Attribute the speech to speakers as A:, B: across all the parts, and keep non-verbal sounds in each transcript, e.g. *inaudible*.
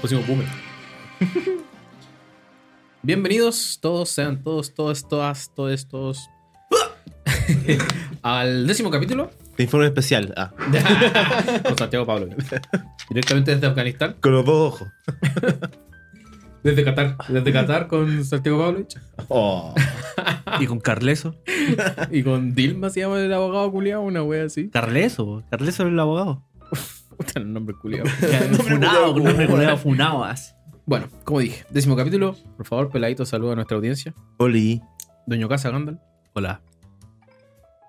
A: pusimos boomer. *laughs* Bienvenidos todos, sean todos, todos, todas, todos, todos. *laughs* al décimo capítulo
B: Informe especial. Ah,
A: con Santiago Pablo. Directamente desde Afganistán.
B: con los dos ojos.
A: Desde Qatar. Desde Qatar con Santiago Pavlovich.
B: Oh,
C: *laughs* Y con Carleso.
A: Y con Dilma se llama el abogado culiado, una wea así.
C: Carleso, po. Carleso era el abogado.
A: Puta, el nombre *laughs* culiado.
C: funado, con nombre culiao, funado ah. así.
A: Bueno, como dije, décimo capítulo. Por favor, peladito, saluda a nuestra audiencia.
B: Oli,
A: Doño Casa Gandalf. Hola.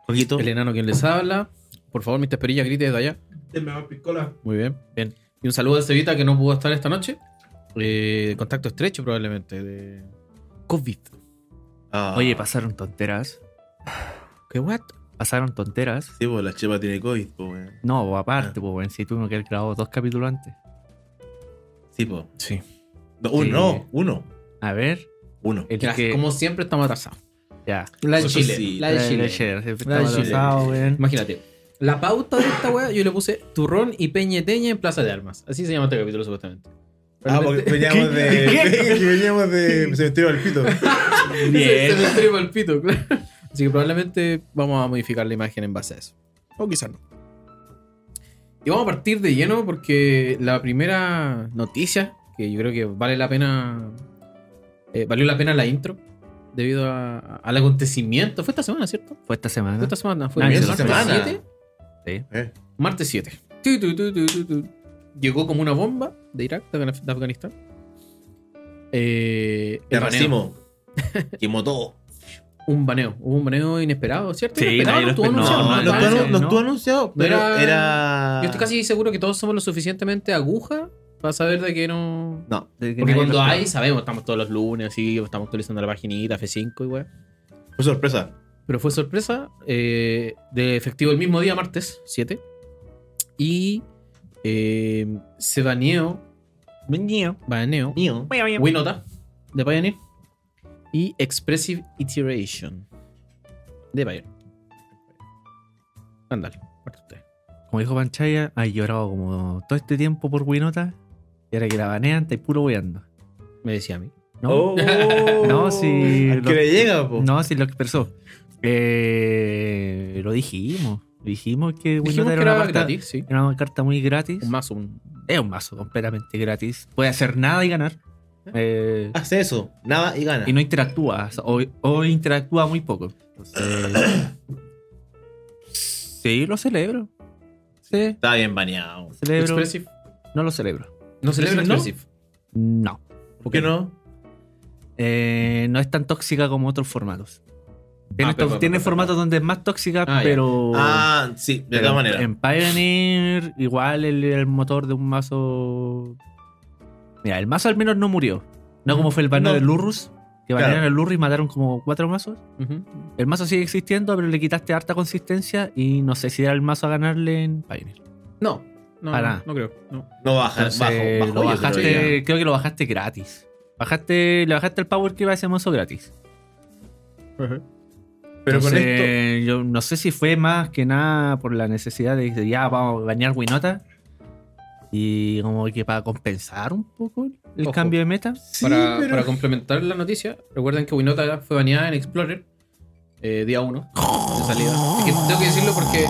B: Joaquito.
A: El enano quien les habla. Por favor, Mr. Perilla, grite desde allá. Muy bien. Bien. Y un saludo a Cevita que no pudo estar esta noche. Eh, contacto estrecho probablemente de COVID.
B: Ah,
C: Oye, pasaron tonteras.
A: ¿Qué what?
C: Pasaron tonteras.
B: Sí, pues la chepa tiene COVID, pues, weón.
C: No, po,
A: Ah.
C: aparte, po, weón, si tuvimos que haber grabado dos capítulos antes.
B: Sí, pues.
A: Sí.
B: No, uno,
C: Sí.
B: no, uno.
C: A ver,
B: Uno.
C: el que.
A: Como siempre estamos atrasados.
C: Ya.
A: La de
B: Nosotros
A: Chile.
B: sí.
A: La de Chile. La de
C: Estamos
A: Chile.
C: atrasados, weón.
A: *laughs* Imagínate. La pauta de esta wea yo le puse turrón y peñeteña en Plaza de Armas. Así se llama este capítulo supuestamente.
B: Ah, porque veníamos
A: *laughs*
B: de. *laughs* que veníamos de cementerio del pito.
A: *laughs* Se
C: Bien.
A: me estripa el pito, claro. Así que probablemente vamos a modificar la imagen en base a eso. O quizás no. Y vamos a partir de lleno porque la primera noticia, que yo creo que vale la pena. eh, valió la pena la intro, debido a- a- al acontecimiento. Fue esta semana, ¿cierto?
C: Fue esta
A: Fue
C: semana.
A: esta semana. Fue
C: Ah,
A: el
C: esa
A: martes
B: semana.
A: 7.
C: Sí.
B: Eh,
A: Martes 7. Tu, tu, tu, tu, tu, tu. Llegó como una bomba de Irak, de Afgan- de Afganistán. Eh, el
B: te
A: baneo.
C: *laughs*
B: racimo. Quemó todo.
A: un baneo. Hubo un baneo inesperado, ¿cierto?
C: Sí,
A: Inesperado,
C: nadie lo
A: estuvo
C: espe- no,
A: anunciado,
C: no,
A: no,
C: lo
A: estaba
C: espe-
A: anunciado.
C: no.
B: anunciado,
A: Era-
B: era-
A: Yo estoy casi seguro que todos somos lo suficientemente aguja para saber de que no.
B: No.
C: De que
A: Porque
C: nadie
A: cuando
C: lo
A: hay,
C: esperaba.
A: sabemos, estamos todos los lunes, así, estamos actualizando la paginita, F5 y weá.
B: Fue sorpresa.
A: Pero fue sorpresa, eh, de efectivo el mismo día, martes 7. Y eh, se baneó,
C: Mío,
A: baneó,
B: Mío.
C: mío, mío.
A: Winota de Pioneer y Expressive Iteration de Pioneer. Ándale, parte usted.
C: Como dijo Panchaya, has llorado como todo este tiempo por Winota. Y ahora que la banean, estáis puro weando.
A: Me decía a mí.
C: ¿No?
A: Oh.
B: no,
C: No, si-
B: Oh. Que le llega, po.
C: No, sí lo expresó. Eh, lo dijimos. Dijimos que
A: Dijimos
C: Winota
A: que
C: era, una
A: era
C: carta,
A: gratis, sí.
C: era una carta muy gratis.
A: Un mazo, un-
C: es un mazo completamente gratis. Puede hacer nada y ganar.
A: Ah.
C: Eh,
B: Hace eso. Nada y gana.
C: y no interactúa. o sea, O, o interactúa muy poco. Entonces, sí, lo celebro. Sí,
B: Está bien baneado.
C: celebro.
A: Expressive.
C: No lo celebro.
A: No se
B: Expressive, ¿no?
A: Expressive.
C: No.
B: ¿Por qué no?
C: Eh, no es tan tóxica como otros formatos. Tiene,
A: Ah, pero-
C: to- tiene
A: pero-
C: formatos donde es más tóxica,
A: Ah, ya.
C: pero.
B: Ah, sí, de
C: Oh. Pero
B: todas maneras.
C: En Pioneer, igual el, el motor de un mazo. Mira, el mazo al menos no murió. No como fue el baneo
B: No.
C: de Lurrus, que
B: Claro.
C: banearon el Lurrus y mataron como cuatro mazos.
A: Ujú.
C: El mazo sigue existiendo, pero le quitaste harta consistencia y no sé si era el mazo a ganarle en Pioneer.
A: No, no,
C: Para.
A: no, no creo. No.
B: No baja,
C: Entonces,
B: bajo, bajo.
C: lo
B: Ah, yo creo que
C: bajaste, creo que lo bajaste gratis. Bajaste, le bajaste el power que iba a ese mazo gratis.
B: ya. Pero con esto.
C: Entonces, yo no sé si fue más que nada por la necesidad de, de ya vamos a bañar Winota. Y como que para compensar un poco el
A: Ojo.
C: cambio de meta.
B: Sí,
A: para,
B: pero-
A: para complementar la noticia, recuerden que Winota fue baneada en Explorer eh, día 1 de salida. Es que tengo que decirlo porque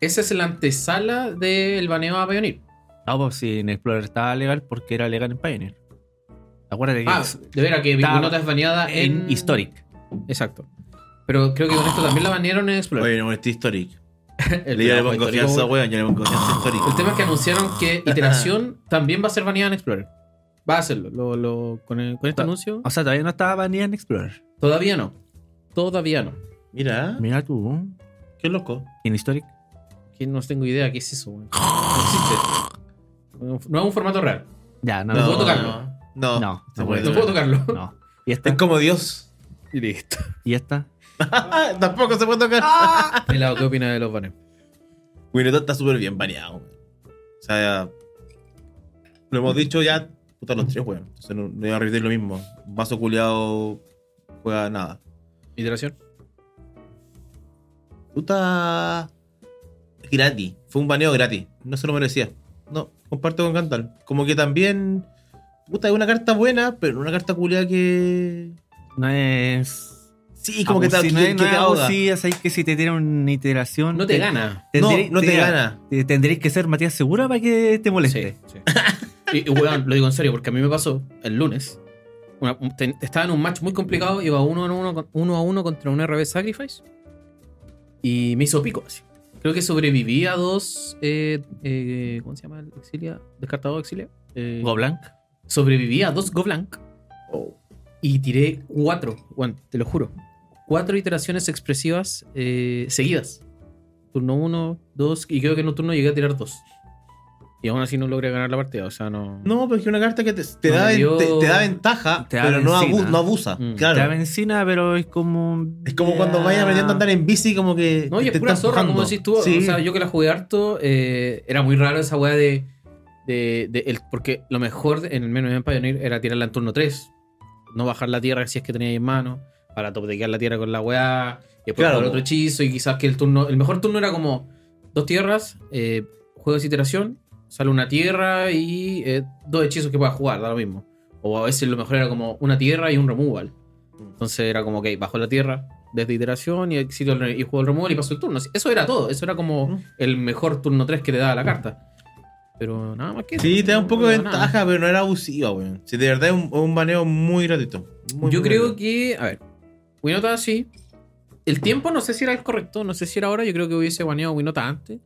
A: esa es la antesala del baneo a Pioneer.
C: No, pues si en Explorer estaba legal porque era legal en Pioneer. Acuérdate que
A: Ah,
C: es
A: de veras que
C: Está-
A: Winota es baneada en...
C: en Historic.
A: Exacto. Pero creo que con esto también la banearon en Explorer.
B: Oye, no, este histórico.
A: *laughs* El
B: Le ya le
A: trabajo
B: pongo
A: histórico,
B: confianza,
A: weón.
B: weón. Yo le pongo confianza a histórico.
A: El tema es que anunciaron que Iteración también va a ser baneada en Explorer. Va a hacerlo. Lo- lo- con, el- con este
C: Ta-
A: anuncio.
C: O sea, todavía no estaba baneada en Explorer.
A: Todavía no. Todavía no.
B: Mira,
C: Mira tú.
B: qué loco.
C: En Historic.
A: Que no tengo idea qué es eso, weón. No existe. No- No es un formato real.
C: Ya, no.
A: No,
C: no,
A: puedo tocarlo.
B: No,
C: No,
B: se
C: no
B: puede
A: No puedo tocarlo.
C: no. Y esta.
B: Es como Dios. *laughs*
A: Y *laughs* listo.
C: Y esta.
B: Tampoco se puede tocar.
A: Pelado, ¿qué opinas de los baneos?
B: Winnetot está súper bien baneado. weón. O sea, lo hemos dicho ya, puta, los tres, weón. Entonces no, no voy a repetir lo mismo. Vaso culiado juega nada.
A: Iteración.
B: Puta. Gratis. Fue un baneo gratis. No se lo merecía. No, Comparto con Cantal. Como que también. Puta, es una carta buena, pero una carta culiada que.
C: No es.
B: Sí, como que, te-
C: abusi-
B: que-
C: no es,
B: que
C: no es
B: te ahoga.
C: abusiva, sabéis que si te tiene una iteración.
A: No te gana.
B: No,
C: tendréis-
B: no te
C: tendría-
B: gana.
C: eh, Tendréis que ser Matías Segura para que te moleste.
A: Sí, sí. *laughs* Y, y, weón, lo digo en serio, porque a mí me pasó el lunes. Una- un- ten- estaba en un match muy complicado, iba uno a uno, con- uno a uno contra un RB Sacrifice. Y me hizo pico así. Creo que sobreviví a dos. eh, eh, ¿Cómo se llama? el Exilia. Descartado Exilia. Eh,
C: Goblanc.
A: sobreviví a dos Goblanc. Y tiré cuatro, bueno, te lo juro. Cuatro iteraciones expresivas eh, seguidas. Turno uno, dos, y creo que en un turno llegué a tirar dos. Y aún así no logré ganar la partida, o sea, no.
B: No, pero es que una carta que te, te
A: No
B: da,
A: me dio-
B: te, te da ventaja,
C: Te da
B: pero no,
C: benzina.
B: abu- no abusa.
A: Mm.
B: Claro.
C: Te da benzina, pero es como.
B: Es como cuando vayas aprendiendo a andar en bici, como que.
A: No, y es
B: te
A: pura
B: están
A: zorra, como
B: empujando.
A: decís tú.
B: Sí.
A: O sea, yo que la jugué harto, eh, era muy raro esa weá de. de- de el- porque lo mejor de- en el menú de Pioneer era tirarla en turno 3. No bajar la tierra si es que tenía ahí en mano. Para topdequear la tierra con la weá. Y después
B: Claro.
A: jugar otro hechizo. Y quizás que el turno. El mejor turno era como dos tierras, eh, juegos de iteración, sale una tierra y eh, dos hechizos que puedas jugar, da lo mismo. O a veces lo mejor era como una tierra y un removal.
B: Mm.
A: Entonces era como, ok, bajó la tierra desde iteración y exilio el re- y jugó el removal y pasó el turno. Eso era todo, eso era como
B: Mm.
A: el mejor turno 3 que le daba la carta. Pero nada más que eso.
B: Sí, te da
A: no-
B: un poco
A: no
B: de
A: da nada.
B: ventaja, pero no era abusiva, weón. Sí, de verdad es un, un baneo muy gratuito. Muy,
A: Yo
B: muy
A: creo
B: gratuito.
A: que, a ver, Winota sí. El tiempo no sé si era el correcto, no sé si era ahora. Yo creo que hubiese baneado Winota antes.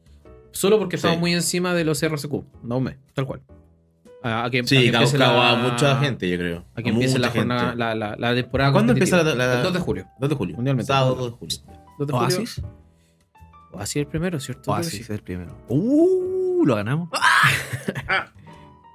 A: Solo porque estaba
B: Sí.
A: muy encima de los RCQ. No me, tal cual. A, a que, a que
B: Sí,
A: empiece
B: cagó
A: la-
B: a mucha gente, yo creo.
A: A que empiece la,
B: mucha gente.
A: jornada, la, la- la temporada.
B: ¿Cuándo
A: competitiva.
B: empieza la- Ah, la-
A: El 2 de julio.
B: 2 de julio.
A: Mundialmente.
B: Sábado 2 de julio.
A: 2 de julio.
C: Oasis.
A: Así el primero, ¿cierto? Creo
B: Ah,
A: que
C: Oasis
A: sí.
C: es el primero. Uh, lo ganamos.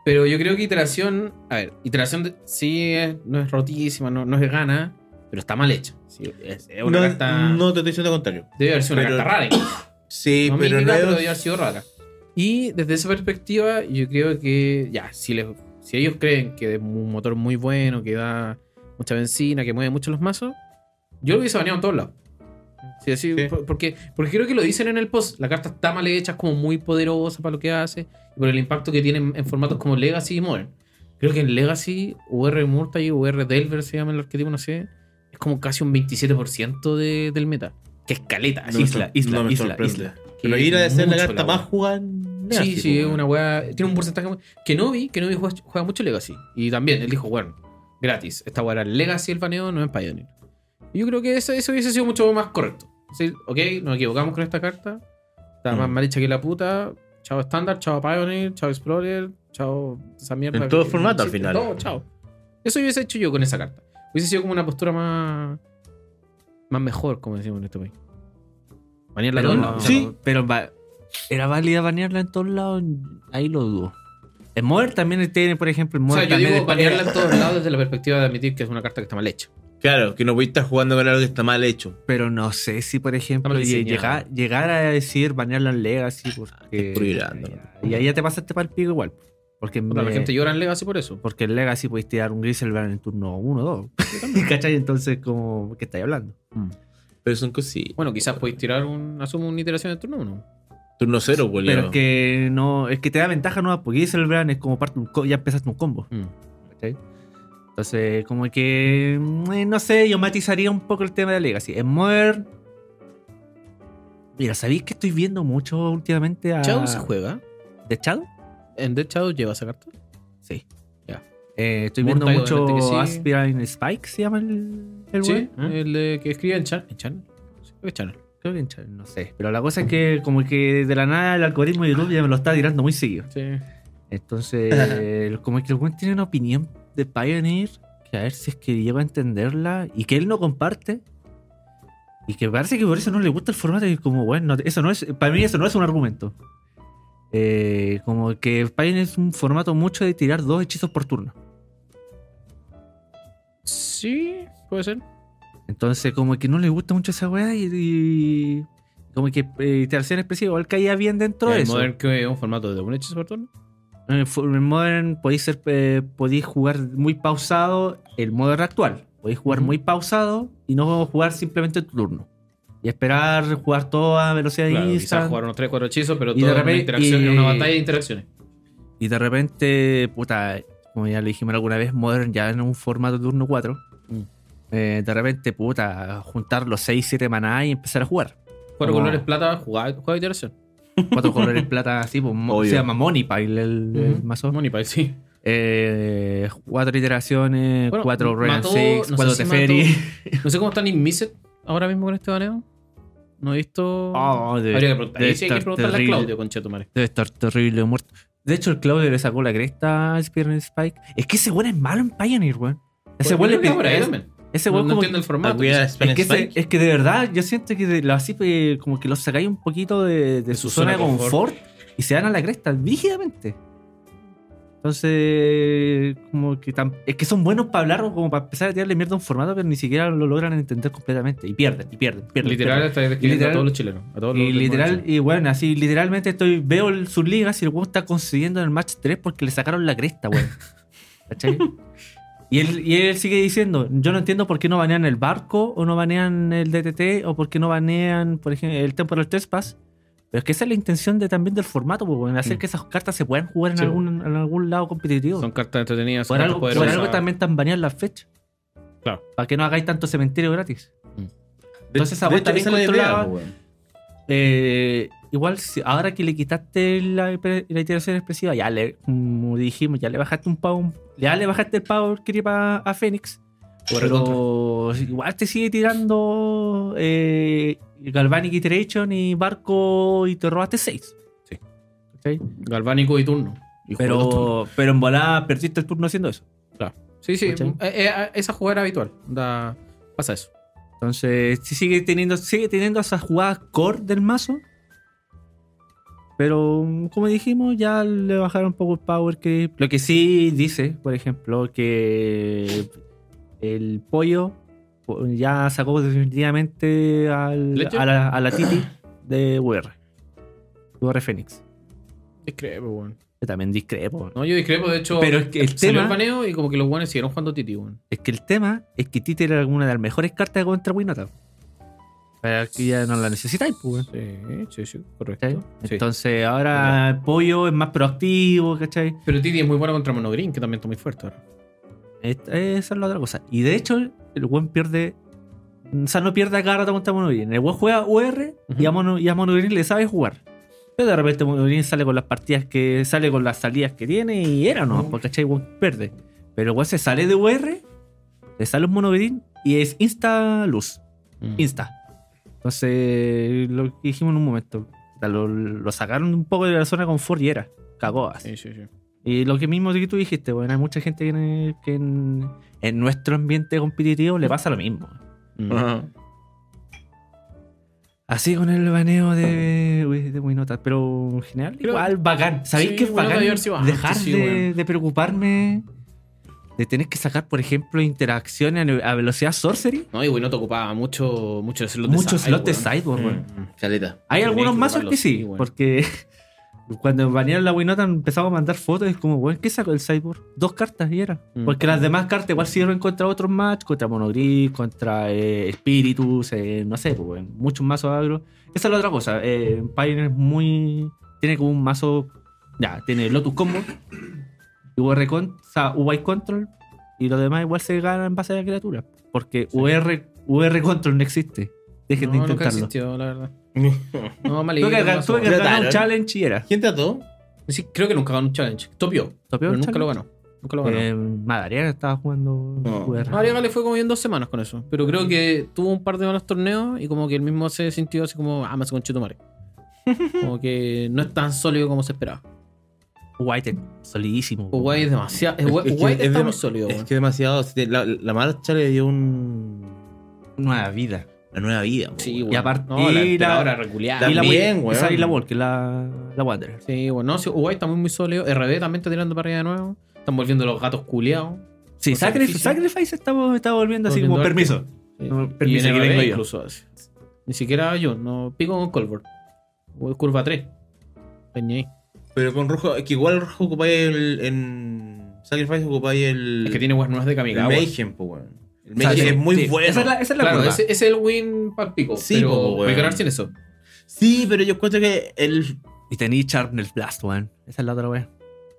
A: Pero yo creo que iteración. A ver, iteración de- sí es- no es rotísima, no, no es gana, pero está mal hecha. Sí, es, es una
B: No,
A: carta.
B: no te estoy diciendo lo contrario.
A: debe haber sido una
B: pero-
A: carta rara. incluso.
B: Sí,
A: no
B: pero
A: mítica,
B: no
A: pero
B: es.
A: debe haber sido rara. Y desde esa perspectiva, yo creo que. Ya, si, les- si ellos creen que es un motor muy bueno, que da mucha benzina, que mueve mucho los mazos, yo lo hubiese baneado en todos lados. Sí, así,
B: Sí.
A: por- porque, porque creo que lo dicen en el post. La carta está mal hecha, es como muy poderosa para lo que hace. Y por el impacto que tiene en, en formatos como Legacy y Modern. Creo que en Legacy, UR Murtagh, UR Delver se llama el arquetipo, no sé. Es como casi un 27% de- del meta. Que escaleta,
B: no me
C: Isla,
B: sor-
C: isla,
B: no me
C: isla,
B: sorprende.
C: isla.
B: Pero
A: Que
B: ir a hacer la
A: mucho
B: carta
A: la
B: más
A: weá.
B: jugada.
A: Sí, sí, es una weá. Tiene un porcentaje. muy- Que Novi, que Novi juega, juega mucho Legacy. Y también él dijo, bueno, gratis. Esta weá era Legacy el baneo, no es Pioneer. Y yo creo que eso, eso hubiese sido mucho más correcto. Decir, ok, nos equivocamos con esta carta. Está más
B: Mm.
A: mal hecha que la puta. Chao estándar, chao Pioneer, chao Explorer, chao esa mierda.
B: En
A: que
B: todo
A: no
B: formato al
A: existe,
B: final.
A: Todo, chao. Eso hubiese hecho yo con esa carta. Hubiese sido como una postura más. Más mejor, como decimos en este país. Banearla
C: Pero,
A: todo,
C: no,
A: ¿no?
B: Sí.
C: pero va- era válida banearla en todos lados. Ahí lo dudo. El Modern también tiene, por ejemplo, el
A: O sea,
C: Modern
A: yo
C: también
A: digo
C: es-
A: banearla en todos lados desde la perspectiva de admitir que es una carta que está mal hecha.
B: Claro, que no voy a estar jugando con algo que está mal hecho.
C: Pero no sé si, por ejemplo,
A: Está mal
C: lle-
A: diseñado.
C: llegar, llegar a decir banearla en Legacy. Porque,
B: estoy prohibiendo, ¿no?
C: y ahí ya te pasaste para el pico igual. Porque,
A: Puta, La
C: me-
A: gente llora en Legacy por eso.
C: porque en Legacy podéis tirar un Griselbrand en turno 1 o *laughs* 2. ¿Cachai? Entonces, como, ¿qué estáis hablando?
A: Mm.
B: Pero son cosillas.
A: Bueno, quizás podéis tirar un. Asumo una iteración de turno uno.
B: Turno cero,
C: Pero
B: boludo.
C: es que no, es que te da ventaja nueva porque Griselbrand es como parte de un co- ya empezaste un combo.
A: Mm.
C: ¿cachai? Entonces, como que. mm, No sé, yo matizaría un poco el tema de Legacy. En Modern. Mira, ¿sabéis que estoy viendo mucho últimamente a.
A: Shadow se juega.
C: ¿De Shadow?
A: ¿En Dead Shadow lleva esa carta?
C: Sí.
A: Ya.
C: Eh, estoy viendo
A: Murtagh,
C: mucho
A: obviamente que sí.
C: Aspirine Spike, se llama el, el
A: Sí, eh.
C: weón? Eh,
A: el de que escribe en Chan. ¿En Chan? Sí, creo que es Chan.
C: Creo que en Chile, no sé. Pero la cosa es que como que de la nada el algoritmo de YouTube ya me lo está tirando muy seguido.
A: Sí. *laughs*
C: Entonces, el- como que el weón tiene una opinión de Pioneer, que a ver si es que llego a entenderla y que él no comparte. Y que parece que por eso no le gusta el formato y como, bueno, no- eso no es, para mí eso no es un argumento. Eh, como que Pioneer es un formato mucho de tirar dos hechizos por turno.
A: Sí, puede ser.
C: Entonces, como que no le gusta mucho esa weá y, y- como que eh, iteración expresiva igual caía bien dentro de
A: el
C: eso.
A: Modern que es un formato de un hechizo por turno.
C: En el fu- en el Modern podéis ser eh, podéis jugar muy pausado el Modern actual. Podéis jugar
A: Ujú.
C: muy pausado y no jugar simplemente tu turno. Y esperar jugar todo a velocidad
A: Claro,
C: de
A: quizás
C: instant.
A: jugar unos 3, 4 hechizos, pero
C: Y
A: todo en
C: de
A: una
C: repente-
A: interacción, en
C: y-
A: una batalla de interacciones.
C: Y de repente, puta, como ya lo dijimos alguna vez, Modern ya en un formato turno 4.
A: Mm.
C: eh, de repente, puta, juntar los 6, 7 maná y empezar a jugar.
A: Cuatro
C: Como-
A: colores plata, jugada- juego de iteración.
C: Cuatro colores plata así, pues, mo-
B: Obvio.
C: se llama Money Pile el, el
A: Ujú.
C: mazo.
A: Money Pie, sí.
C: Eh, cuatro iteraciones,
A: Bueno,
C: cuatro Ren and
A: mató-
C: Six,
A: no sé
C: cuatro
A: si
C: Teferi.
A: No sé cómo están Inmiset ahora mismo con este baneo. No he visto.
C: *laughs* Oh, de-
A: Habría que preguntar.
C: debe
A: Ahí sí hay que
C: estar
A: preguntarle
C: terrible.
A: a Claudio, conchetumare.
C: Debe estar terrible muerto. De hecho, el Claudio le sacó la cresta a Spear and Spike. Es que ese weón es malo en Pioneer, weón. Ese
A: Pues,
C: weón le
A: creo que ahora,
C: es-
A: yo también.
C: Ese
A: No,
C: weón
A: no
C: como.
A: entiendo el formato.
B: Alguna
A: quizás.
B: Ah, Spanish
C: es, que ese-
B: Spike.
C: es que de verdad, yo siento que de, lo así eh, como que los sacáis un poquito de, de su, zona de confort, y se dan a la cresta rígidamente. Entonces, como que tam- es que son buenos para hablar o como para empezar a tirarle mierda a un formato, pero ni siquiera lo logran entender completamente. Y pierden, y pierden, pierden.
A: Literal,
C: pierden.
A: está describiendo
C: literal-
A: a todos los chilenos. A todos
C: Y
A: los
C: literal,
A: chilenos.
C: y bueno, así literalmente estoy, veo el- sus ligas y el weón está consiguiendo en el match 3 porque le sacaron la
A: *laughs*
C: cresta, weón. ¿Cachai? Y él, y él sigue diciendo, yo no entiendo por qué no banean el barco, o no banean el DTT, o por qué no banean, por ejemplo, el Temporal Trespass. Pero es que esa es la intención de, también del formato, pues, weón, hacer
A: Mm.
C: que esas cartas se puedan jugar en,
A: Sí, pues.
C: algún, en algún lado competitivo.
A: Son cartas entretenidas. Son
C: por,
A: cartas
C: algo, por
A: poderosas.
C: algo también están baneadas las fechas.
A: Claro.
C: Para que no hagáis tanto cementerio gratis. Entonces, esa
B: de
C: vuelta
B: hecho,
C: bien
B: esa es la idea,
C: controlada.
B: po, weón.
C: Eh, igual, si- ahora que le quitaste la, la iteración expresiva, ya le, como dijimos, ya le bajaste un power, ya le bajaste el power creep a, a Fénix.
A: Por el
C: pero igual te sigue tirando eh, Galvanic Iteration y Barco y te robaste 6.
A: Sí.
C: ¿Cachai?
A: Galvánico y turno. Y juego de turno.
C: Pero, pero en volada perdiste el turno haciendo eso.
A: Sí, sí.
C: ¿Cachai?
A: eh, eh, esa jugada era habitual. Da- pasa eso.
C: Entonces, sí sigue teniendo, sigue teniendo esas jugadas core del mazo. Pero, mm, como dijimos, ya le bajaron un poco el power que Lo que sí dice, por ejemplo, que el pollo po- ya sacó definitivamente al-
A: ¿Leche?
C: a, la, a la Titi de UR. UR Fénix.
A: Discrepo, weón.
C: Yo también discrepo.
A: No, yo discrepo, de hecho.
C: Pero es que el
A: salió
C: tema-
A: el baneo y como que los guanes siguieron jugando Titi, weón.
C: Es que el tema es que Titi era una de las mejores cartas contra Winota. Pero aquí ya no la necesitáis, pues. weón.
A: Sí, sí, sí,
C: ¿cachai?
A: correcto. Sí.
C: Entonces ahora el pollo es más proactivo, ¿cachai?
A: Pero Titi es muy buena contra Monogreen, que también está muy fuerte ahora.
C: Es- Esa es la otra cosa. Y de hecho, el buen pierde. O sea, no pierde a cada rato contra Monogreen. El buen juega UR y, a Mono, y a Monogreen le sabe jugar. Pero de repente Monogreen sale con las partidas que. sale con las salidas que tiene y era, ¿no? Porque ¿cachai? El buen pierde. Pero el buen se sale de UR, le sale un Monogreen y es insta luz.
A: Mm.
C: Insta. Entonces, lo que dijimos en un momento. Lo, lo sacaron un poco de la zona de confort y era. Cagó así.
A: Sí, sí, sí.
C: Y lo que mismo que tú dijiste, bueno, hay mucha gente que, en, que en- en nuestro ambiente competitivo le pasa lo mismo.
A: Mm.
B: Ajá.
C: Así con el baneo de, uy, de Winota, pero en general
A: Creo-
C: igual bacán. ¿Sabéis
A: Sí,
C: que es
A: Winota
C: bacán
A: debe haber sido antes,
C: dejar
A: sí,
C: de,
A: weón.
C: de preocuparme de tener que sacar, por ejemplo, interacciones a, a velocidad sorcery?
A: No, y bueno, te ocupaba mucho, mucho el slot
C: Muchos
A: side,
C: slots de
A: weón.
C: sideboard, weón.
B: Mm, Caleta.
C: Hay
A: Tenía
C: algunos
A: que
C: mazos
A: ocuparlo,
C: que sí,
A: sí, weón.
C: porque *laughs* cuando banearon la Winota empezamos a mandar fotos y es como, weón, ¿qué sacó el Cyborg? Dos cartas y era.
A: Mm.
C: Porque las demás cartas igual sirven contra otros match, contra Monogris, contra eh, Spiritus, eh, no sé, pues, weón, muchos mazos agro. Esa es la otra cosa. Eh, Pioneer es muy. Tiene como un mazo. Ya, tiene Lotus Combo, UR con, o sea, UY Control, y los demás igual se ganan en base a la criatura. Porque UR, UR Control no existe. Dejen de
A: No, nunca
C: intentarlo.
A: existió, la verdad.
C: *laughs*
A: No, mal
C: Tuve que,
A: no,
C: tuve que
A: no.
C: ganar
B: Trataron.
C: un challenge y era.
B: *laughs* ¿Quién trató?
A: Sí, creo que nunca ganó un challenge. Topió,
C: Topió
A: pero
C: el
A: nunca lo
C: challenge.
A: ganó. Nunca lo ganó.
C: Eh, Madariaga estaba jugando
B: No.
C: UR.
A: Ariaga le fue como bien dos semanas con eso. Pero creo que tuvo un par de malos torneos y como que él mismo se sintió así como, ah, me hace conchito
C: *laughs*
A: mare. Como que no es tan sólido como se esperaba.
C: White es solidísimo.
A: Uguay es demasiado. Uguay
B: que-
A: Uguay
B: es
A: está
B: de-
A: muy sólido.
B: Es
A: weón.
B: que demasiado. si te- La, la marcha le dio un.
C: Nueva vida.
B: Una nueva vida. po,
A: Sí,
B: weón.
A: weón.
C: y aparte-
A: No, la
C: y la-
A: emperadora reculeada.
C: Y la
B: También,
C: Wal- esa
B: weón.
C: Y la Walker, la, la Wanderer.
A: Sí, bueno, no, sí, Uruguay está muy, muy sólido. RB también está tirando para arriba de nuevo. Están volviendo los gatos culeados.
C: Sí,
A: Con
C: Sacrifice,
A: sacrificio.
C: Sacrifice está, está volviendo así
A: Volviendo
C: como
A: al-
C: permiso. No, permiso,
A: y en
C: aquí
A: RB
C: vengo yo.
A: incluso así. Ni siquiera yo, no pico con Colbert. O Curva 3. Peña ahí.
B: Pero con rojo. Es que igual rojo ocupáis el. En Sacrifice ocupáis el.
A: Es que tiene guas nuevas de
B: el
A: Kamigawa.
B: Mayhem, po, weón. El
C: O sea,
B: Mayhem
C: sí,
B: es muy
C: sí.
B: bueno.
C: Esa es la, esa es la
A: Claro,
C: curva.
A: ese, ese es el win para pico.
B: Sí,
A: pero
B: po, weón.
A: voy a ganar sin eso.
B: Sí, pero yo encuentro que el.
C: Y tenéis Sharpness Blast, weón. Esa es la otra weón.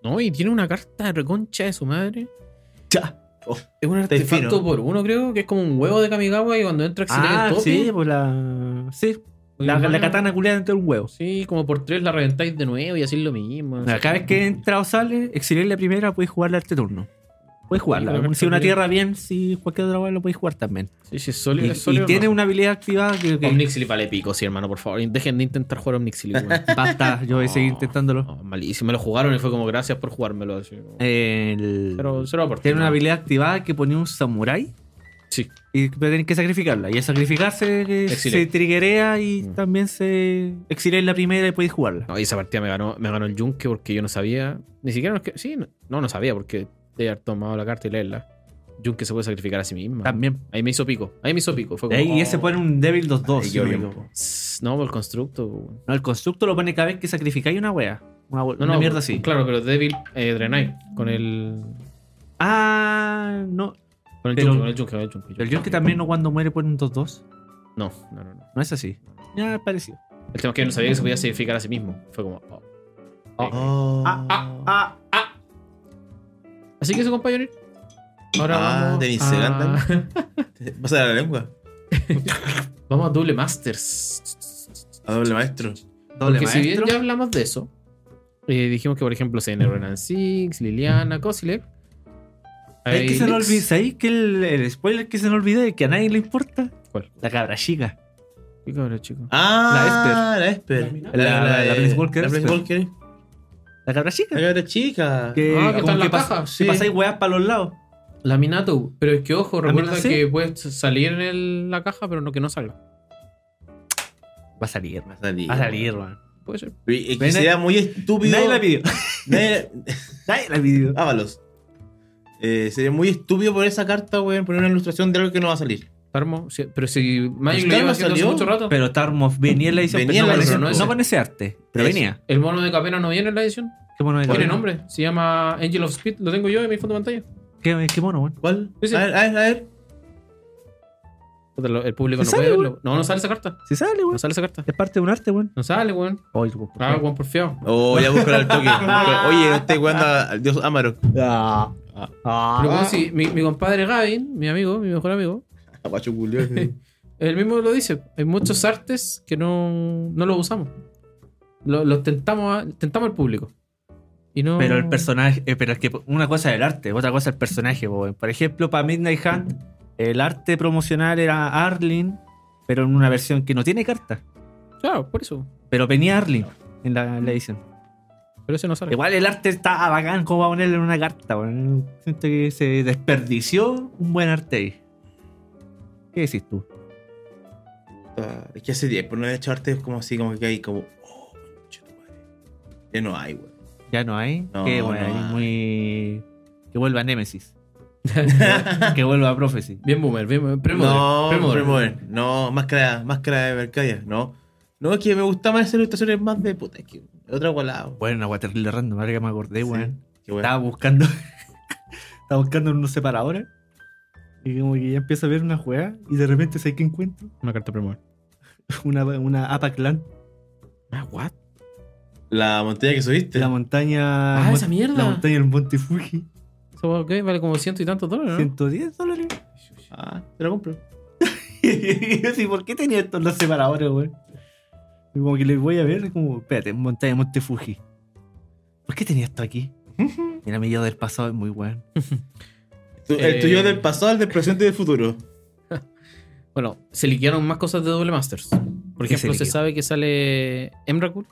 A: No, y tiene una carta reconcha de su madre. Oh,
B: Ya.
A: Es un
B: Delfino.
A: artefacto por uno, creo, que es como un huevo de Kamigawa y cuando entra acciona
C: Ah,
A: el topi.
C: sí, pues la. Sí,
A: Oye,
C: la, la
A: hermano,
C: katana culiada dentro de un huevo.
A: Sí, como por tres la reventáis de nuevo y así es lo mismo.
C: Mira, Cada vez que entra o sale, exiliar la primera, puedes jugarla este turno. Puedes
A: Sí,
C: jugarla.
A: la
C: Si una
A: carta
C: tierra bien, si cualquier otra hueá lo puedes jugar también.
A: Sí, sí, es
C: Y,
A: sólido, es
C: y
A: sólido,
C: tiene
A: hermano.
C: una habilidad activada que, que-
A: Omnixili vale pico, sí, hermano, por favor. Dejen de intentar jugar Omnixili, weón.
C: *laughs* basta, yo voy a seguir intentándolo.
A: No, malísimo. Me lo jugaron y fue como gracias por jugármelo. Así. ¿no?
C: El-
A: Pero cero aporte,
C: tiene una
A: ¿no?
C: habilidad activada que pone un samurái
A: Sí.
C: y pero tienen que sacrificarla. Y al sacrificarse eh,
A: Exilé.
C: se triguea y
A: Mm.
C: también se exilia en la primera y podéis jugarla.
A: No, y esa partida me ganó, me ganó el yunque porque yo no sabía. Ni siquiera. no es que- sí, no, no, no sabía porque de haber tomado la carta y leerla. Yunque se puede sacrificar a sí misma.
C: También.
A: Ahí me hizo pico. Ahí me hizo pico. Fue como,
C: Eh, y ese
A: oh,
C: pone un débil 2-2.
B: Ay,
C: si
B: qué
C: no me
B: bien,
C: equivoco.
A: tss, No, por el constructo. weón.
C: No, el constructo lo pone cada vez que sacrificáis una wea. Una,
A: No,
C: una
A: no,
C: mierda así.
A: Claro, pero débil eh, drenáis con el.
C: Ah, no.
A: Con el
C: Pero-
A: yunque, con el yunque, con el yunque.
C: El Yonki también no cuando muere pone un 2-2.
A: No, no, no, no.
C: No es así. Ya es parecido.
A: El tema es que yo no sabía que se podía sacrificar a sí mismo. Fue como. oh.
B: Oh.
C: Ah, ah, ah.
A: Así que eso, compañero. Ahora
B: Ah,
A: vamos.
B: de
A: a...
B: Niceland. ¿Vas a la lengua?
A: *laughs* vamos a Double Masters.
B: A doble maestro.
C: Doble
A: Porque si bien
C: maestro.
A: ya hablamos de eso, eh, dijimos que, por ejemplo, se generó Renan Six, Liliana, Kosilek.
C: ¿Sabéis que se nos
A: Ailix.
C: olvidó? ¿Sabéis que el, el spoiler que se nos olvidó y que a nadie le importa?
A: ¿Cuál?
C: La cabra chica.
A: ¿Qué cabrón, chico?
B: Ah, la Esper.
A: La-
C: la- la Prince Walker
B: La Prince
C: Esper.
B: Walker.
C: La cabra
B: La
C: chica.
B: cara chica.
C: Que,
A: Eh, Ah, que está
C: como
A: en la
C: que pas-
A: caja, sí.
C: si pasáis weas para los lados.
A: Laminato, pero es que ojo, recuerda
C: ¿Laminato, sí?
A: que puede salir en el- la caja, pero no que no salga.
C: Va a salir, man.
B: Va a salir.
C: Va a salir, man.
A: Puede ser.
B: Y- y que
C: Ven,
B: sería muy estúpido.
C: Nadie
A: *laughs*
C: la pidió.
B: Nadie la-
C: Nadie la pidió.
B: Ábalos. Eh, sería muy estúpido por esa carta, weón, poner una ilustración de algo que no va a salir.
A: Tarmo, sí, pero si Magic
B: ¿El
A: lo lleva
B: Tarmo
A: haciendo
B: salió?
A: hace mucho rato.
C: Pues Pero Tarmoff venía en la edición.
B: Venía
C: pero
B: en la
C: no,
B: edición,
C: con ese,
A: pero-
C: no con ese arte. Pero
B: Eso.
C: venía.
A: El mono de Capena no viene en la edición.
C: ¿Qué mono de
A: Tiene
C: cabra?
A: nombre. Se llama Angel of Speed. Lo tengo yo en mi fondo de pantalla.
C: ¿Qué, qué mono, weón?
B: ¿Cuál?
A: Sí, sí.
B: A ver, a ver, a ver.
A: Puta, lo- El público no
C: ¿Sale,
A: puede
C: weón?
A: verlo. No, no sale esa carta.
C: Se sale,
A: No
C: weón.
A: sale esa carta.
C: Es parte de un arte, weón.
A: No sale, weón.
C: Oye, weón.
A: Ah, weón, porfiado.
B: Oh, ya buscar
A: *laughs*
B: al toque. Oye, no estoy jugando a- al dios Amarok.
C: Ah.
B: Ah.
C: Ah.
A: Pero weón, si mi, mi compadre Gavin, mi amigo, mi mejor
C: *laughs*
A: amigo,
B: Apacho culión.
A: *laughs* Él mismo lo dice. Hay muchos artes que no, no los usamos. Lo- Los tentamos, a- tentamos al público. Y no...
C: Pero el personaje, eh, pero es que una cosa es el arte, otra cosa es el personaje. po, weón. Por ejemplo, para Midnight Hunt, el arte promocional era Arlene, pero en una versión que no tiene carta.
A: Claro, por eso.
C: Pero venía Arlene en la, en la edición.
A: Pero ese no sale.
C: Igual el arte está bacán, ¿cómo va a ponerle en una carta? weón? Siento que se desperdició un buen arte ahí. ¿Qué decís tú?
B: Ah, Es que hace tiempo no he hecho arte como así, como que hay como. Oh, conche tu madre. Ya no hay, weón.
C: Ya no hay.
B: No,
C: Qué bueno,
B: no
C: ahí
B: hay.
C: muy. Que vuelva
B: *laughs*
C: Nemesis. que vuelva Prophecy.
A: Bien boomer, bien boomer. Premodern,
B: No,
A: premodern.
B: Premodern. No, máscara, máscara de Mercadia. No. No, es que me gustaban esas ilustraciones más de puta. Es que otra gualada. weón.
C: Bueno, una guay terrible random, ahora que me acordé,
B: Sí.
C: weón.
B: Qué weón.
C: Estaba buscando. *laughs* estaba buscando unos separadores. Y como que ya empiezo a ver una juega. Y de repente sé que encuentro. *laughs*
A: Una carta premodern.
C: Una, una APA Clan.
A: Ah, what?
B: La montaña que subiste.
C: La montaña.
A: Ah, esa mierda.
C: La montaña del Monte Fuji.
A: Eso, ok, vale como ciento y tantos dólares, ¿no?
C: 110 dólares. *laughs*
B: Ah, te la compro.
C: y yo así, ¿por qué tenía estos los separadores, weón? Y como que les voy a ver. y Como, espérate, montaña de Monte Fuji. ¿Por qué tenía esto aquí? Mira, mi yo del pasado es muy bueno.
B: Tu-
A: Eh.
B: El tuyo del pasado, el del presente y del futuro.
A: Bueno, se liquearon más cosas de Double Masters. Por
C: ¿Qué
A: ejemplo,
C: se
A: se,
C: liqueó?
A: sabe que sale Emrakul,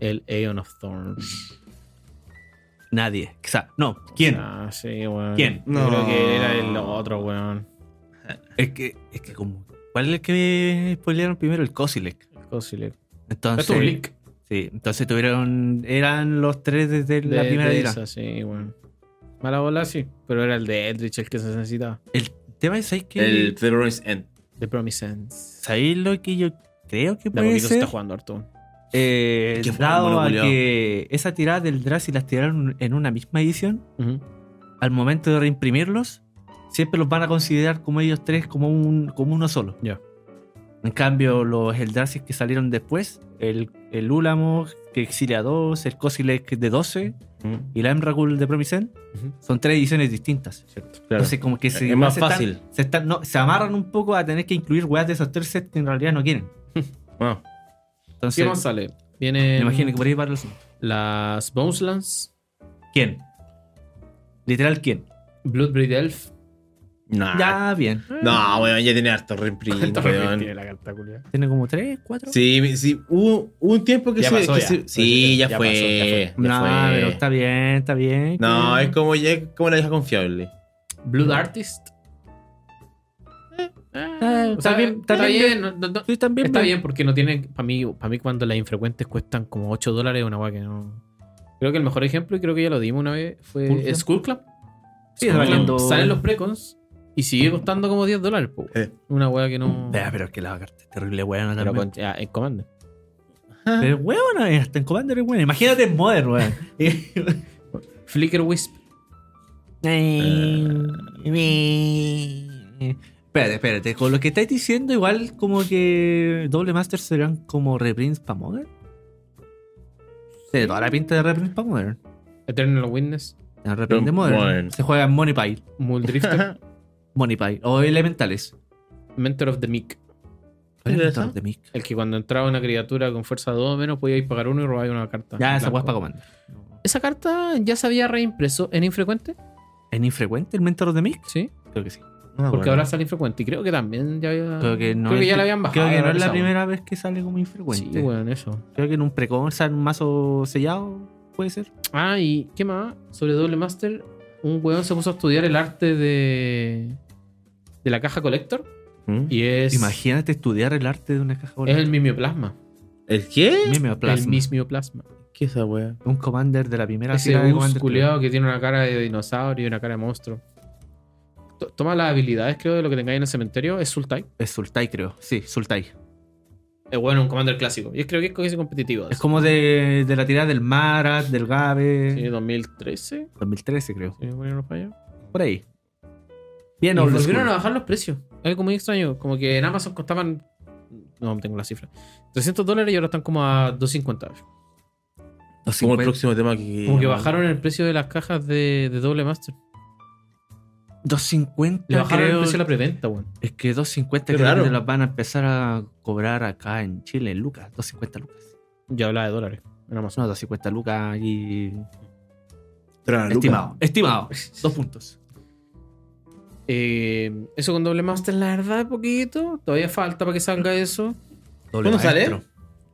A: el Aeon of Thorns.
C: Nadie. O sea, no. ¿Quién?
A: Ah, sí, weón.
C: ¿Quién?
A: Yo creo
B: No.
A: que era el otro, weón.
C: Es que, es que como. ¿Cuál es el que spoilearon primero? El Cosilec.
A: Kosilek.
C: Entonces.
A: Esto es un leak.
C: Ah, Sí, entonces tuvieron. Eran los tres desde la
A: De-
C: primera
A: de
C: tira.
A: esa, sí, weón. Mala bola, sí. Pero era el de Eldritch el que se necesitaba.
C: El tema es ahí que.
B: El Terrorist End.
A: The Promisence.
C: ¿Sabéis lo que yo creo que
A: De a
C: puede
A: poquito se
C: ser?
A: está jugando harto.
C: Eh,
B: Qué bueno,
C: dado
B: bueno,
C: a
B: culiao.
C: que esa tirada del Drazi las tiraron en una misma edición,
A: Ujú.
C: al momento de reimprimirlos, siempre los van a considerar como ellos tres, como, un, como uno solo.
A: Ya.
C: En cambio, los Eldrazi que salieron después, el, el Ulamo que Exilia 2, el Cosilec de 12
B: Mm,
C: y la Emrakul de Promisen.
B: Ujú.
C: Son tres ediciones distintas.
B: Cierto.
C: Entonces, como que se,
B: Es más
C: se están-
B: fácil.
C: se, están- no, se amarran un poco a tener que incluir weas de esos tres sets que en realidad no quieren.
B: Bueno,
A: ¿Qué
C: Entonces,
A: más sale?
C: me
A: Vienen
C: imagino que por ahí va el asunto.
A: las Boneslands,
C: ¿Quién? Literal, ¿quién?
A: Bloodbreed Elf.
B: nah.
C: Ya, bien.
B: No, weón, ya tiene harto reprint, weón.
A: la carta, culia.
C: Tiene como tres, cuatro.
B: Sí, sí, hubo, hubo un tiempo que
A: Ya
B: se.
A: pasó,
B: que
A: ya. Pues,
B: se- sí, ya,
A: Ya
B: fue,
A: pasó, ya fue.
B: ya
C: No,
B: fue.
C: pero está bien, está bien.
B: No,
C: que-
B: es como, ya, es como la vieja confiable.
A: Blood Artist.
C: Eh,
A: O sea, está, bien, no- no- no-
C: Sí, también
A: está
C: bien.
A: bien porque no tiene. Para mí, para mí, cuando las infrecuentes cuestan como 8 dólares, una weá que no. Creo que el mejor ejemplo, y creo que ya lo dimos una vez,
C: School
A: fue
C: Club.
A: School Club.
C: Sí,
A: School Club
C: valiendo-
A: Salen los precons y sigue costando como 10 dólares, po,
B: Eh.
A: Una weá que no.
C: Vea, pero es que la carta es terrible, weón.
A: Pero
C: Pero,
A: con, ah, en Commander.
C: pero weón, hasta en Commander es weón. Imagínate en Modern,
B: *laughs*
C: weón. *laughs*
A: Flicker Wisp.
C: espérate, espérate. Con lo que estáis diciendo, igual como que Doble Master serán como reprints para Modern. Tiene toda la pinta de reprints para Modern.
A: Eternal Witness.
C: El reprint de
B: Pero
C: Modern.
B: Modern.
C: Se juega en Money Pile.
A: Muldrifter.
C: *laughs* Money Pile. O Elementales.
A: Mentor of the Meek.
B: ¿Cuál era
C: Elemental
B: esa?
C: de Mick.
A: El que cuando entraba una criatura con fuerza 2 o menos podíais pagar uno y robáis una carta.
C: Ya, esa
A: Blanco.
C: weá es para Commander.
A: ¿Esa carta ya se había reimpreso en infrecuente?
C: ¿En infrecuente el mentor de Mick?
A: Sí.
C: Creo que sí.
B: Ah,
A: Porque
B: bueno.
A: ahora sale infrecuente. Y creo que también ya había.
C: Creo que no, es,
A: ya la habían bajado.
C: creo que no es la
A: esa,
C: primera vez que sale como
A: weón. Sí,
C: infrecuente.
A: weón, eso.
C: Creo que en un precon, o sea, en un mazo sellado, puede ser.
A: Ah, y ¿qué más? Sobre Doble Master, un weón se puso a estudiar el arte de. de la caja Collector.
B: ¿Mm?
A: Y es.
C: Imagínate estudiar el arte de una caja
A: Es
C: voladora.
A: el Mimioplasma.
B: ¿El qué?
A: El
C: Mimeoplasma.
A: Mismioplasma.
B: ¿Qué es esa wea?
C: Un commander de la primera
A: Ese
C: fila de
A: Gus
C: Commander
A: culiao que tiene una cara de dinosaurio y una cara de monstruo. To- Toma las habilidades, creo, de lo que tengáis en el cementerio. Es Sultai.
C: Club. Es Sultai, creo. Sí, Sultai.
A: Es bueno, un commander clásico. Y es- creo que es casi competitivo.
C: Es como de, de la tirada del Marat, del Gabe.
A: Sí, 2013.
C: 2013, creo.
A: si no me equivoco, allá.
C: Por ahí. Bien,
A: Y
C: old
A: volvieron a
C: school.
A: bajar los precios. Es como muy extraño. Como que en Amazon costaban. No, no tengo la cifra. 300 dólares y ahora están como a 250.
C: Los
B: Como el
C: 50
B: próximo tema que.
A: Como que bajaron el precio de las cajas de, de doble master.
C: 250,
A: Le bajaron el
C: creo.
A: precio de la preventa, weón.
C: Es que 250
B: Qué
C: creo
B: raro.
C: que te las van a empezar a cobrar acá en Chile, en lucas. 250 lucas.
A: Ya hablaba de dólares en Amazon.
C: No, 250 lucas y...
B: Pero,
C: Estimado. Estimado. Dos puntos.
A: Eh, eso con doble master, la verdad, poquito. Todavía falta para que salga eso.
B: ¿Cuándo sale?
C: maestro.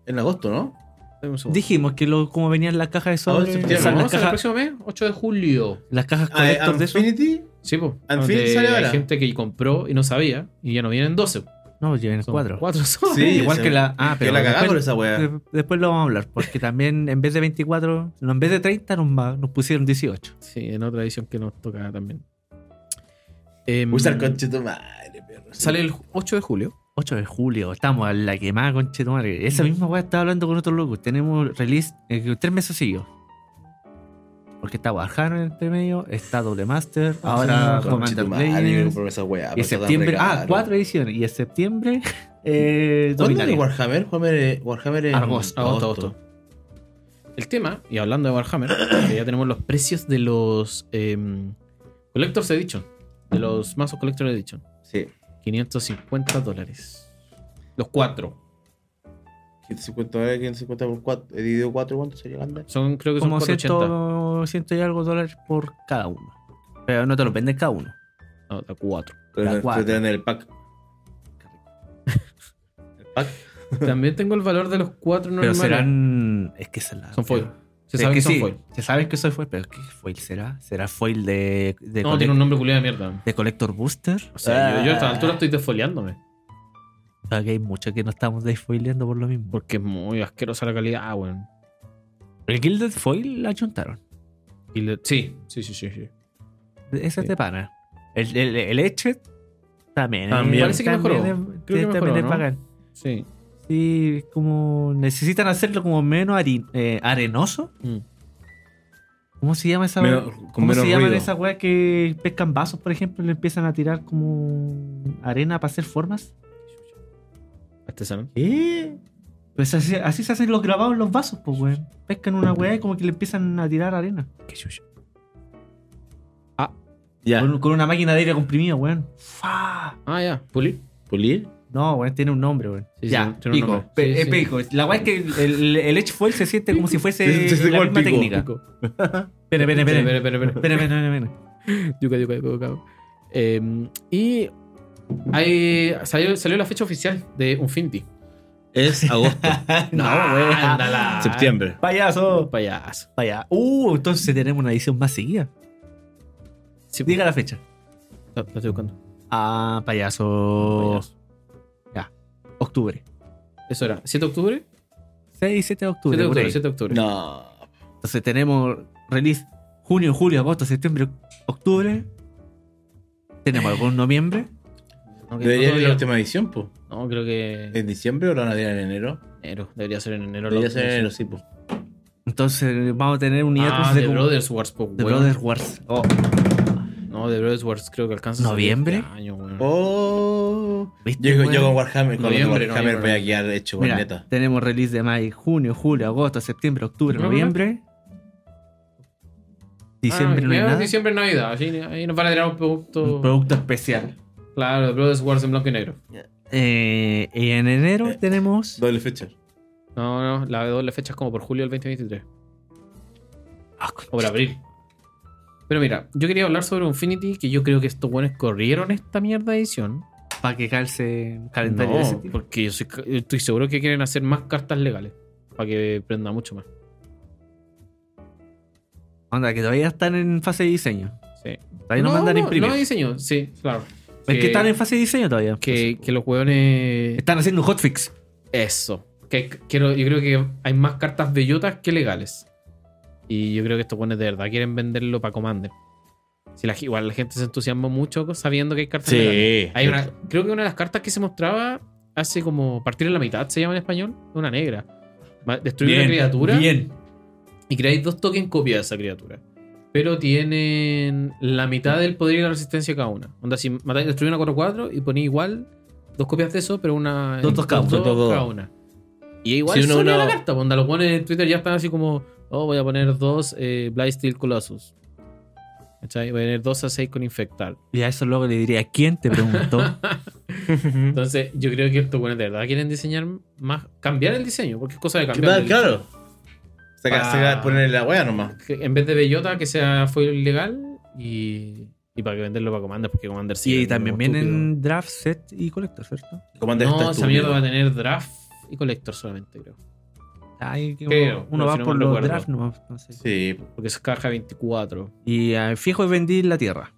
B: En agosto, ¿no?
A: Dame un segundo.
C: Dijimos que lo, como venían las
A: Ah,
C: cajas de
B: Ahora en
C: sobre,
B: septiembre,
A: Ya,
C: salen
A: ¿no?
C: las,
A: ¿Sale el
C: cajas,
A: próximo mes? 8 de julio.
C: las cajas
B: Ah, eh,
C: colector de eso.
B: Infinity.
A: Sí, pues.
B: Al fin sale
A: hay
B: ahora.
A: gente que compró y no sabía. Y ya no vienen 12.
C: No, pues, lleven
A: Son
C: cuatro.
A: Cuatro son.
B: Sí,
C: *laughs* Igual
B: ese-
C: que la... Ah,
B: que
C: pero
B: la cagamos
C: después,
B: esa wea.
C: de- después lo vamos a hablar, porque también en vez de 24, no, en vez de 30 nos, ma- nos pusieron 18.
A: Sí, en otra edición que nos toca también. Em,
B: Usa el coche tu madre, perro.
A: Sale el 8 de julio.
C: 8 de julio, estamos a la quemada, conchetumare. Esa misma weá estaba hablando con otros locos. Tenemos release eh, tres meses seguidos. Porque está Warhammer entre medio, está Doble Master, ahora
B: Ah, Conche
C: Commander
B: tu madre,
C: Players.
B: por esa wea.
C: Y
B: por
C: en
B: eso tan
C: septiembre. Ah,
B: regalo.
C: cuatro ediciones. Y en septiembre. *laughs* Eh,
B: ¿Cuándo
C: Dominaria.
B: es Warhammer? Warhammer, eh, Warhammer en
C: Agosto,
A: agosto, El tema, y hablando de Warhammer, que ya tenemos los precios de los em, Collectors Edition. De los mazos Collectors Edition.
B: Sí.
A: 550 dólares. Los cuatro.
B: 150 dólares, 150 eh, por 4. Dividido 4, ¿cuánto sería Gander?
A: Son, creo que son
C: Como
A: 480.
C: 100, 100 y algo dólares por cada uno. Pero no te lo venden cada uno.
A: No, de cuatro.
C: La
B: Pero
C: cuatro.
B: te dan el pack. El pack.
A: También tengo el valor de los cuatro
C: pero
A: normales.
C: serán. Es que se la-
A: Son foil. Se
C: Es
A: sabe que, son
C: sí,
A: foil.
C: Se sabe que soy foil, pero ¿qué foil será? ¿Será foil de, de,
A: No,
C: cole-
A: tiene un nombre culiado de mierda.
C: de Collector Booster?
A: O sea, yo, yo a esta
B: Ah.
A: altura estoy desfoliándome.
C: O sea, que hay mucho que no estamos desfoileando por lo mismo.
A: Porque es muy asquerosa la calidad, ah, weón.
C: El Gilded Foil la chuntaron.
A: Y le- Sí, sí, sí, sí. sí. Sí.
C: Esa es de pana. El, el, el Etched también.
B: También.
A: Ah, Parece que mejoró.
C: es-
A: Creo que
C: también
A: mejoró,
C: es
A: ¿no?
C: bacán.
A: Sí.
C: Sí, es como. Necesitan hacerlo como menos ari- eh, arenoso.
A: Mm.
C: ¿Cómo se llama esa
B: Menos-
C: wea?
B: con
C: ¿Cómo
B: menos
C: se llaman
B: ruido.
C: esas weas que pescan vasos, por ejemplo, y le empiezan a tirar como arena para hacer formas?
A: ¿Este Artesano.
B: ¿Qué?
C: Pues así, así se hacen los grabados en los vasos, pues, weón. Pescan una weá y como que le empiezan a tirar arena.
A: Qué chucha.
B: Ya.
C: Con, con una máquina de aire comprimido, weón. ¡Fa!
A: Ah, ya. Pulir.
B: ¿Pulir?
C: No, weón, tiene un nombre, weón.
A: Sí,
C: ya,
A: sí, tiene un
C: pico.
A: nombre.
C: pe-
A: Sí,
C: eh,
A: sí.
C: pico. La weá es que el, el, el Edge Foil se siente como si fuese
B: Se- se siente
C: la
B: como el
C: misma
B: pico.
C: técnica.
A: Pico.
C: Espera, espera, espera.
A: Espera,
C: Espera,
A: espera, espera.
C: espera, espera, espera.
A: Yuca, yuca, yuca, yuca. Eh, y hay, salió, salió la fecha oficial de Unfinity.
B: Es
C: *laughs*
B: agosto,
C: No,
A: güey.
C: weón.
B: septiembre.
C: Payaso.
A: Payaso.
C: Vaya. Uh, entonces tenemos una edición más seguida.
A: Sí,
C: Diga la fecha.
A: Lo, lo estoy buscando.
C: Ah, payaso.
A: Payaso.
C: Octubre.
A: Eso era. ¿7 de octubre?
C: 6 y 7 de
A: 7
C: octubre.
A: de
C: por
A: octubre,
C: ahí.
A: 7 de octubre.
B: No.
C: Entonces tenemos release junio, julio, agosto, septiembre, octubre. Tenemos algún noviembre.
A: No, que-
B: Debería
A: no,
B: ser la
A: no,
B: última edición, pues.
A: No, creo que
B: ¿En diciembre o la van a tirar en enero?
A: enero. Debería ser en enero.
B: Debería
A: la
B: ser en enero,
A: última.
B: sí, pues.
C: Entonces vamos a tener un hiatus
A: Ah,
C: de
A: The
C: como-
A: Brothers Wars, po,
C: de
A: weón.
C: Brothers Wars. Oh,
A: No, The Brothers Wars creo que alcanza. a salir
C: ¿Noviembre?
A: este año, weón.
B: Oh.
C: ¿viste,
B: Yo,
C: weón?
B: yo con Warhammer, con los de
A: Noviembre,
B: Warhammer
A: noviembre.
B: voy a quedar hecho, weón,
C: Mira,
B: neta.
C: tenemos release de mayo, junio, julio, agosto, septiembre, octubre,
A: No, no, no.
C: noviembre. Diciembre
A: Ah,
C: no hay
A: ya,
C: nada.
A: Diciembre, Navidad. Así, ahí nos van a tirar un producto.
C: Un producto especial.
A: Claro, The Brothers Wars en blanco y negro.
C: Eh, y en enero
B: Eh.
C: tenemos.
B: Doble fecha.
A: No, no, la doble fecha es como por julio del 2023.
C: Ah, concha.
A: O por abril. Pero mira, yo quería hablar sobre Infinity, que yo creo que estos buenos corrieron esta mierda de edición.
C: para que calce un calendario de ese
A: No,
C: tipo.
A: porque yo soy- yo estoy seguro que quieren hacer más cartas legales. Para que prenda mucho más.
C: Onda, que todavía están en fase de diseño.
A: Sí.
C: Todavía no, mandan a imprimir.
A: No hay diseño, sí, claro.
C: es que están en fase de diseño todavía.
A: que, que los hueones.
C: Están haciendo un hotfix.
A: Eso. Que, quiero, yo creo que hay más cartas bellotas que legales. Y yo creo que estos buenos de verdad quieren venderlo para Commander. Si la, igual la gente se entusiasma mucho sabiendo que hay cartas legales. Hay una- creo que una de las cartas que se mostraba hace como partir en la mitad, se llama en español, una negra. Va- Destruir una criatura
C: Bien.
A: y creáis dos tokens copias de esa criatura. Pero tienen la mitad del poder y la resistencia cada una. Onda, si matáis, destruís una 4-4 y ponéis igual dos copias de eso, pero una.
C: Dos, dos cada una.
A: cada una. Y igual
B: Si uno-
A: sale la
B: uno-
A: carta. pues, Onda, los ponen en Twitter ya están así como: Oh, voy a poner dos eh, Blightsteel Colossus. ¿Cachai? Voy a poner dos a 6 con infectar.
C: Y a eso luego le diría, ¿quién te preguntó? *laughs*
A: Entonces, yo creo que estos buenos de verdad quieren diseñar más, cambiar el diseño, porque es cosa de
B: ¿Qué
A: cambiar.
B: tal?
A: el
B: Claro. Se
A: Pa-
B: acaba se acaba de poner la weá nomás.
A: diseño. Que En vez de bellota, que sea fue legal y, y para que venderlo para Commander, porque Commander sí.
C: y
A: vende
C: también
A: como estúpido.
C: vienen draft, set y collector, ¿cierto?
B: Commander
A: No,
B: está
A: esa
B: estúpido.
A: mierda va a tener draft y collector solamente, creo.
C: Ay, que
A: Creo, pero
C: uno va
A: si no
C: por
A: mal
C: los
A: recuerdo.
C: draft nomás. no sé.
B: Sí,
A: Porque es caja 24.
C: Y eh, fijo es vendí la tierra.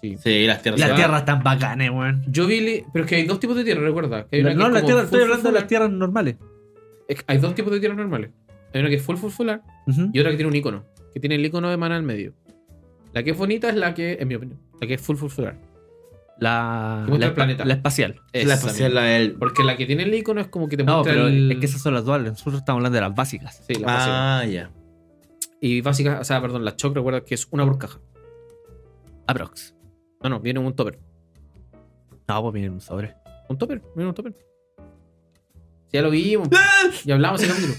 A: Sí.
B: sí, las tierras.
A: La
B: se
A: tierra-
B: van.
C: están bacanes, weón.
A: Yo vi. li- Pero es que hay dos tipos de tierras, recuerda. Que hay una
C: No,
A: que es
C: las
A: como full,
C: tierras, estoy hablando
A: full,
C: de
A: full.
C: las tierras normales.
A: Es que Hay dos tipos de tierras normales. Hay una que es full, full, full,
C: Ujú.
A: y otra que tiene un icono. Que tiene el icono de mana al medio. La que es bonita es la que, en mi opinión, la que es full, full, full.
C: La,
A: Te muestra
C: la,
A: el planeta.
C: la espacial.
B: La espacial, la del.
A: Porque la que tiene el icono es como que te
C: No,
A: muestra
C: pero
A: el-
C: es que esas son las duales. Nosotros estamos hablando de las básicas.
A: Sí, la básica.
B: Ah, ya.
A: Y básica, o sea, perdón, la choc recuerda que es una por caja.
C: Aprox.
A: No, no, viene un topper.
C: No, pues miren un sobre.
A: Un topper, viene un topper. Sí, Ya lo vimos.
B: *laughs* Ah.
A: ya hablamos ese capítulo.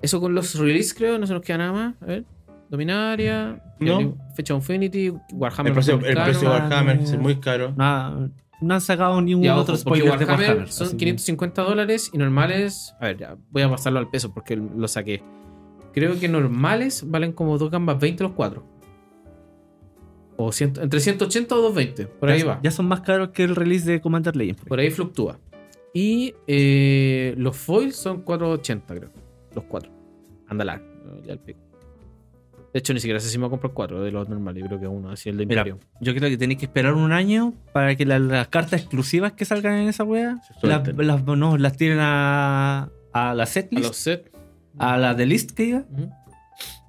A: Eso con los release, creo, no se nos queda nada más. A ver. Dominaria.
B: No.
A: Diablo- Fecha Infinity. Warhammer.
B: El precio, el
A: Republicano.
B: precio de
C: Claro.
B: Warhammer es muy caro.
C: No, ha- no han sacado ni un
A: Ya, ojo,
C: otro
A: porque
C: spoiler
A: Warhammer,
C: de Warhammer. así
A: son
C: que-
A: 550 dólares y normales. A ver, ya, voy a pasarlo al peso porque lo saqué. Creo que normales valen como dos gambas 20 los cuatro. O ciento- entre 180 o 220. Por ahí
C: ya,
A: va.
C: Ya son más caros que el release de Commander Legends.
A: Por ahí fluctúa. Y eh, los foils son 480, creo. Los cuatro. Andala. ya el pico. De hecho, ni siquiera sé si me voy a comprar cuatro de los normales. Yo creo que uno, así el de
C: Mira,
A: Imperio.
C: Yo creo que tenéis que esperar un año para que la- las cartas exclusivas que salgan en esa wea
B: Se
C: las,
B: suelten.
C: las- no, las tiren a, a la
A: A
C: setlist,
A: los set.
C: a, la de list que diga.
A: Ujú.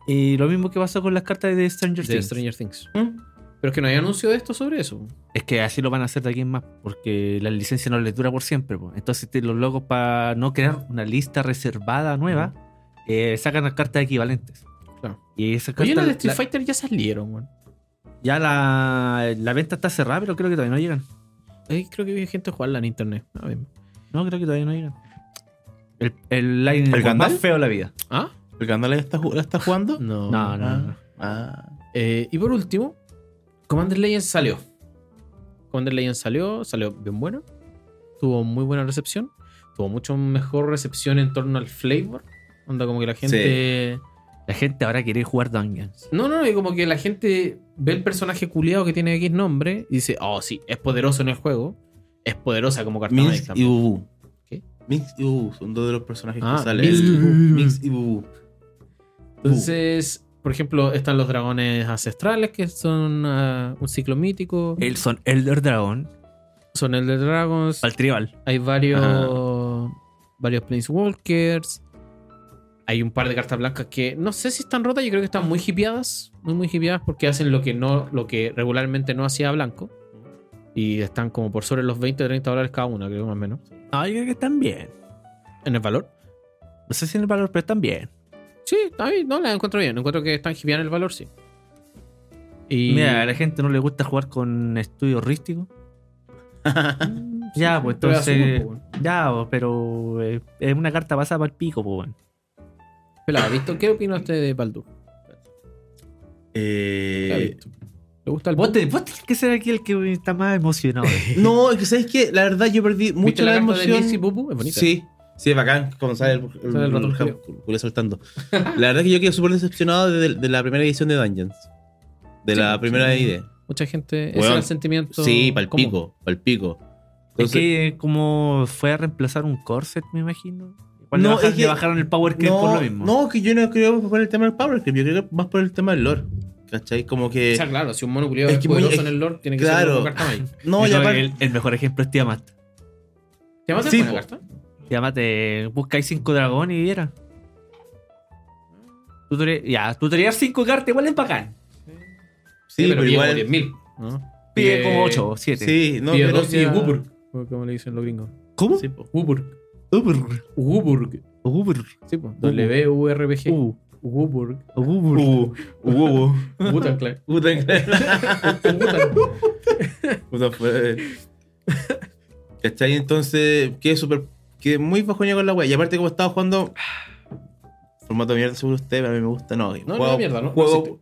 C: Y lo mismo que pasó con las cartas de Stranger
A: De
C: Things.
A: Stranger Things. Pero es que no hay anuncio de esto sobre eso.
C: Es que así lo van a hacer de aquí en más, porque la licencia no les dura por siempre. po. Entonces, te- los locos, para no crear una lista reservada nueva, eh, sacan las cartas equivalentes.
A: Claro.
C: Y esas cartas.
A: Oye, las de Street
C: la-
A: Fighter ya salieron, weón.
C: ya la, la venta está cerrada, pero creo que todavía no llegan.
A: Ahí creo que vi gente jugarla en internet. A ver.
C: No, creo que todavía no llegan. El, el Lightning
B: ¿El
C: Bolt más
B: Gandalf?
C: feo de la vida.
A: ¿Ah?
B: ¿El canal la está, ju- la está jugando?
A: No.
C: No, no, no.
B: Ah.
A: Eh, y por último, Commander Legends salió. Commander Legends salió, salió bien bueno. Tuvo muy buena recepción. Tuvo mucho mejor recepción en torno al flavor. Onda como que la gente...
C: La gente ahora quiere jugar Dungeons.
A: No, no, y como que la gente ve el personaje culiado que tiene X nombre y dice, oh, sí, es poderoso en el juego. Es poderosa como carta Magic
B: Minx y
A: también.
B: Bubu.
A: ¿Qué?
B: Minx y Bubu son dos de los personajes
A: Ah,
B: que salen.
A: Minx y Bubu.
B: Minx y Bubu.
C: Uh.
A: Entonces, por ejemplo, están los dragones ancestrales que son ah, un ciclo mítico.
C: El son Elder Dragon.
A: Son el de Dragons.
C: Al tribal.
A: Hay varios.
B: Ajá.
A: Varios Planeswalkers. Hay un par de cartas blancas que no sé si están rotas, yo creo que están muy hipeadas. Muy, muy hipeadas porque hacen lo que, no, lo que regularmente no hacía blanco. Y están como por sobre los 20 o 30 dólares cada una, creo más o menos.
C: Ah, yo creo que están bien.
A: En el valor.
C: No sé si en el valor, pero están bien.
A: Sí, está bien, no la encuentro bien. Encuentro que están hipeadas en el valor, sí. Y. *laughs*
C: Mira, a la gente no le gusta jugar con estudios rísticos. Ya, pues
A: Te voy a
C: entonces.
A: subir, po,
C: Ya, pues, pero eh, es una carta pasada para el pico, pues. bueno.
A: Pelado, ¿visto? ¿Qué opina usted de Baldur? ¿Qué ha
B: *laughs* Eh,
A: visto? ¿Le gusta el
C: Vos,
A: Baldur?
C: te- vos tenés que ser aquí el que está más *laughs* emocionado.
B: no, es que sabes que la verdad yo perdí
A: ¿Viste
B: mucho la,
A: carta de
B: emoción.
A: Nixie Pupu? Es bonita.
B: Sí, sí, es bacán cuando sale el, el,
A: Sale el ratón
B: el-
A: culiao.
B: culiao saltando. La verdad que yo quedé súper decepcionado de, de la primera edición de Dungeons. De
A: Sí,
B: la primera
A: sí.
B: idea.
A: Mucha gente. ese
B: Weón,
A: era el sentimiento.
B: Sí, pa'l
A: común.
B: pico, pa'l pico.
C: es
B: Entonces,
C: que eh, como fue a reemplazar un corset, me imagino. Igual
B: No,
C: le, bajaron,
B: es que-
C: le bajaron el power creep
B: no,
C: por lo mismo.
B: no, que yo no creo por el tema del Power Creep, yo creo que más por el tema del lore. ¿Cachai? Como que.
A: O sea, claro, si un mono culiado
B: Es
A: es,
B: que muy-
A: poderoso
B: es-
A: en el lore, tiene que
B: claro.
A: ser una carta mágica.
B: No, ya
C: Yo creo
B: aparte-
C: que el, el mejor ejemplo es Tiamat.
A: ¿Te vas a
B: Sí,
A: hacer una
B: po.
A: carta?
C: Tiamat, eh, buscáis cinco dragones y viera. Tutori- ya, tutorial cinco cartas, igual es bacán.
B: Sí, pero,
A: pide
B: igual.
A: como 10.000. ¿no?
C: Pide
A: Pide-
C: como 8 o 7.
B: Sí, no,
A: pide
B: pero
A: dos
B: sí,
A: ya-
B: Wupur.
A: o Como le dicen los gringos.
C: ¿Cómo?
B: Sí, po.
A: Wuburg.
C: Uber,
A: Wuburg.
C: Uber,
A: Sí, pues. W-U-R-B-G.
C: U,
A: Wuburg.
B: *laughs*
C: Uber.
B: Uh, uh, uh, uh.
A: Wutan Clan.
B: Puta,
A: Wutan.
B: *laughs* Puta, fue- ¿Cachai? Entonces, quedé súper. Quedé muy bajoñado con la wea. Y aparte, como estaba jugando. Formato de mierda, seguro usted, pero a mí me gusta. No,
A: no
B: juego-
A: es mierda, no, no
B: Juego,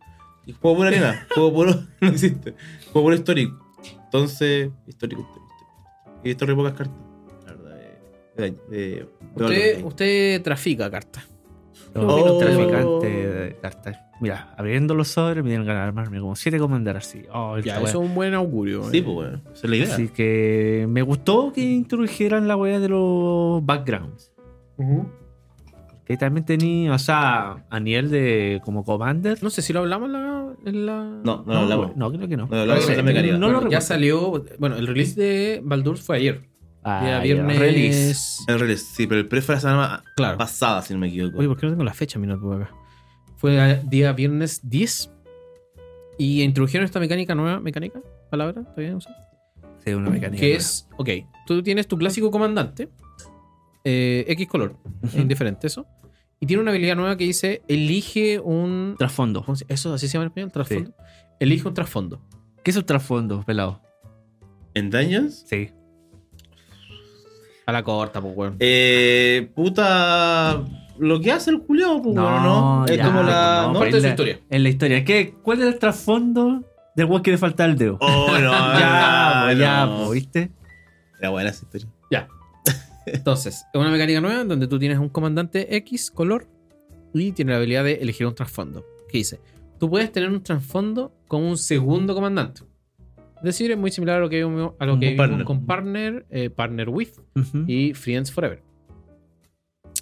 B: juego por arena. *laughs* juego por. No existe. Juego por histórico. Entonces, histórico. histórico, histórico. Y he visto re pocas cartas. La verdad, de. de, de- de
A: Usted,
B: Valorant.
A: usted trafica cartas.
C: Oh.
B: Oh.
C: traficante de cartas. Mira, abriendo los sobres me dieron ganas de armarme como 7 comandar así. Oh,
A: Ya,
C: esta
A: eso es un buen augurio.
B: Sí,
A: eh.
B: pues, weón. Esa es la
C: wea.
B: idea.
C: Así que me gustó que introdujeran la wea de los backgrounds.
A: Ujú.
C: Que también tenía, o sea, a nivel de como commander.
A: No sé si lo hablamos en la. en la- Eh,
B: No, no, no, la wea.
C: no, creo que no.
B: No, la-
A: la- la
B: mecánica.
C: No lo
A: Bueno, ya
C: recuerdo.
A: salió. Bueno, el release de Baldur fue ayer.
C: Ah,
A: Día
C: ya,
A: viernes.
C: release.
B: En realidad, sí, pero el pre fue la semana
A: Claro.
B: pasada, si no me equivoco.
A: Oye, ¿por qué no tengo la fecha? Mira tú acá. Fue a- día viernes 10. Y introdujeron esta mecánica nueva. ¿Mecánica? ¿Palabra? ¿Está bien usada?
C: Sí, una mecánica.
A: Que
C: nueva.
A: es, ok, tú tienes tu clásico comandante, eh, X color, es indiferente eso. Y tiene una habilidad nueva que dice, elige un...
C: Trasfondo.
A: ¿cómo se- ¿Eso así se llama en español? ¿Trasfondo? Elige un trasfondo.
C: ¿Qué es un trasfondo, pelado?
B: ¿En Dungeons?
C: Sí.
A: A la corta, pues, weón.
B: Eh, puta. Lo que hace el culiao, pues, bueno, ¿no? Es
C: ya,
B: como la.
C: no,
B: ¿no?
A: Parte
C: pero
A: de
C: en
A: su
C: la-
A: historia.
C: En la historia. ¿Qué, ¿Cuál era el trasfondo del weón que le faltaba el dedo?
B: Oh, no,
C: ya,
B: no,
C: po, pues, ya,
B: no.
C: po, ¿viste?
B: Era buena esa historia.
A: Entonces, es una mecánica nueva donde tú tienes un comandante X color y tiene la habilidad de elegir un trasfondo. Que dice, tú puedes tener un trasfondo como un segundo comandante. Es decir, es muy similar a lo que vimos, a lo
C: Un
A: que vimos
B: partner.
A: con Partner, eh, Partner With
C: Y-
A: y Friends Forever.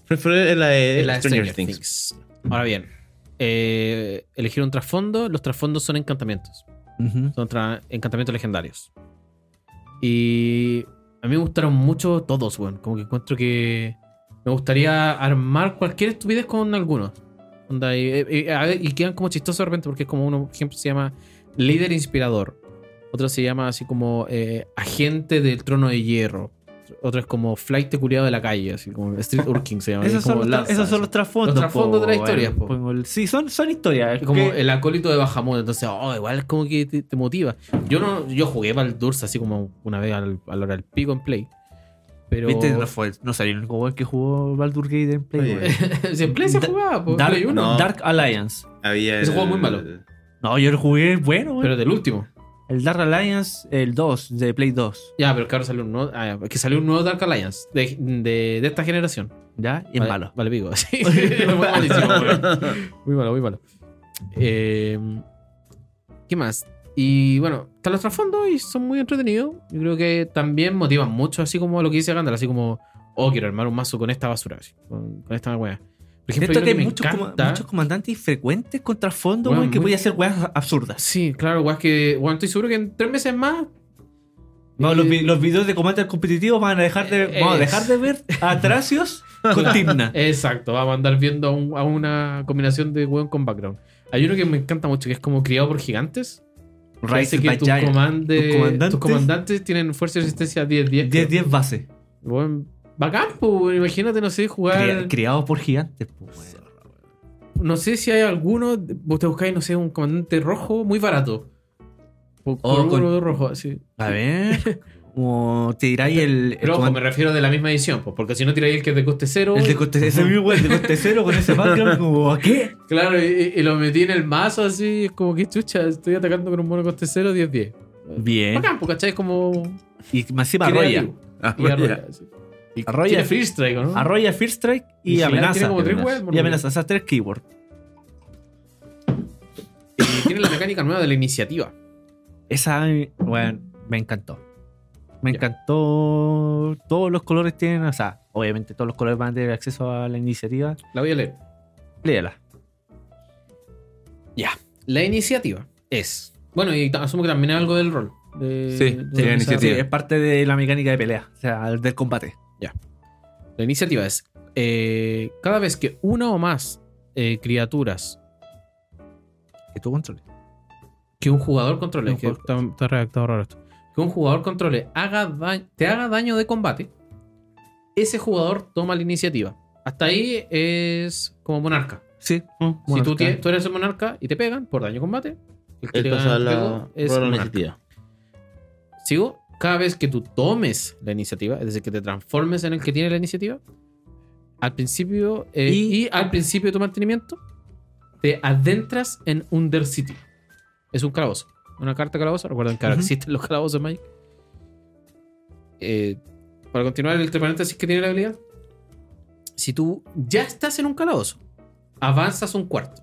B: Prefiero la de
A: de la
B: Stranger,
A: Stranger
B: Things.
A: Things. Ahora bien, eh, elegir un trasfondo. Los trasfondos son encantamientos.
C: Ujú.
A: Son tra- encantamientos legendarios. Y a mí me gustaron mucho todos, weón. Como que encuentro que me gustaría armar cualquier estupidez con algunos. Onda, y, y- y- a ver, y quedan como chistosos de repente porque es como uno, por ejemplo, se llama líder inspirador. Otro se llama así como eh, agente del trono de hierro. Otro es como flight culiado de la calle, así como
C: *laughs*
A: street urking se llama.
C: Esos,
A: que es
C: son
A: como
C: los, tra-
A: lanza,
C: esos son
A: así.
C: los trasfondos.
A: Los trasfondos de
C: po,
A: la historia, po.
C: como el- sí, son, son historias.
A: Es como
C: que-
A: el acólito de Bahamut, entonces, oh, igual es como que te, te motiva. Yo no, yo jugué Baldur's así como una vez al, a la hora del pico en play. Pero. *laughs*
C: ¿Viste? No, fue, no salió el único weón que jugó Baldur Gate en Play.
B: Oye,
C: weón.
A: Siempre se
C: Da-
A: jugaba, pues.
C: *laughs* Dark,
A: Play uno.
B: no.
C: Dark Alliance.
B: *laughs* Había
A: Ese juego
B: el-
A: muy malo.
C: No, yo lo jugué bueno, weón.
A: Pero del último.
C: El Dark Alliance, el 2, de Play 2.
A: Ya, pero claro, salió un nuevo. Ah, ya, que salió un nuevo Dark Alliance de, de, de esta generación.
C: ¿Ya? Y es
A: vale,
C: malo.
A: Vale, pico. *laughs*
C: *laughs*
A: Sí. Muy
B: *laughs*
A: malísimo, weón. Muy malo, muy malo. Eh, ¿Qué más? Y bueno, están los trasfondos y son muy entretenidos. Yo creo que también motivan mucho, así como lo que dice Gandalf, así como, oh, quiero armar un mazo con esta basura, así, con, con esta weá. Por ejemplo,
C: Siento
A: yo
C: que
A: creo
C: hay
A: me
C: muchos, como-
A: encanta-
C: muchos comandantes frecuentes contra fondo,
A: Weón,
C: weón, que
A: muy-
C: voy a hacer weas absurdas.
A: Sí, claro, weá, es que, weón, estoy seguro que en tres meses más.
C: Vamos, los,
A: eh,
C: vi- los videos de comandantes competitivos van a dejar de,
A: Eh,
C: vamos a
A: es.
C: dejar
A: *laughs*
C: de ver a Tracios con Timna.
A: Exacto, vamos a andar viendo a, un- a una combinación de weón con background. Hay uno que me encanta mucho, que es como criado por gigantes. Parece
C: Raised
A: que
C: by
A: tus,
C: Giant.
A: comande-
C: Tus comandantes.
A: tus comandantes tienen fuerza y resistencia 10-10.
C: 10,
A: creo.
C: 10 base.
A: Bueno, bacán, pues, bueno, imagínate, no sé, jugar.
C: Cria- criados por gigantes. pues, weón.
A: No sé si hay alguno. Vos te buscáis, no sé, un comandante rojo muy barato. O
C: O con-
A: uno rojo, sí.
C: A
A: *laughs*
C: ver. Como te dirá ahí el, el,
A: Pero ojo,
C: comand-
A: me refiero de la misma edición, pues, porque si no tiráis el que te coste cero.
C: el de coste, ese mismo, weón, el de coste cero con ese
A: *laughs*
C: background, como ¿a qué?
A: Claro, y, y lo metí en el mazo así, es como que chucha, estoy atacando con un mono coste cero, 10-10.
B: Eh,
C: Bien.
A: Bacán, pues, ¿cachai? Es como.
C: Y más encima arrolla.
A: creativo.
B: Ah,
A: Y
B: ya.
A: arroya. sí. Y
C: Arroya.
A: Tiene free strike, ¿o ¿no?
C: Arrolla First Strike y,
A: Y Gilar
C: amenaza.
A: tiene como tres
C: Y
A: weas,
C: amenaza. y amenaza, esas tres keywords.
A: Y tiene la mecánica nueva de la iniciativa.
C: Esa, bueno, me encantó. Me
A: Ya.
C: encantó. Todos los colores tienen, o sea, obviamente todos los colores van a tener acceso a la iniciativa.
A: La voy a leer.
C: Léala.
A: La iniciativa es. Bueno, y ta- asumo que también es algo del rol. de-
B: Sí,
A: de
B: sí, la
A: esa-
C: Sí,
B: iniciativa.
C: es parte de la mecánica de pelea, o sea, del combate.
A: La iniciativa es. eh, cada vez que una o más eh, criaturas
C: Que tú controles.
A: que un jugador controle.
C: Un
A: que
C: jugador
A: está, está redactado raro esto. Que un jugador controle haga da- te haga daño de combate. Ese jugador toma la iniciativa. Hasta ahí es como monarca.
C: Sí.
A: si tú, tienes- tú eres el monarca y te pegan por daño de combate, el que te
B: Él
A: gana
B: pasa
A: el
B: la,
A: juego es
B: rola
A: monarca.
B: iniciativa.
A: Sigo. Cada vez que tú tomes la iniciativa, es decir, que te transformes en el que tiene la iniciativa, al principio eh,
C: Y-
A: y, al principio de tu mantenimiento, te adentras en Undercity. Es un calabozo. Una carta calabozo. Recuerden que ahora
C: Ujú.
A: existen los calabozos, Mike. Eh, para continuar, el entre paréntesis que tiene la habilidad. Si tú ya estás en un calabozo, avanzas un cuarto.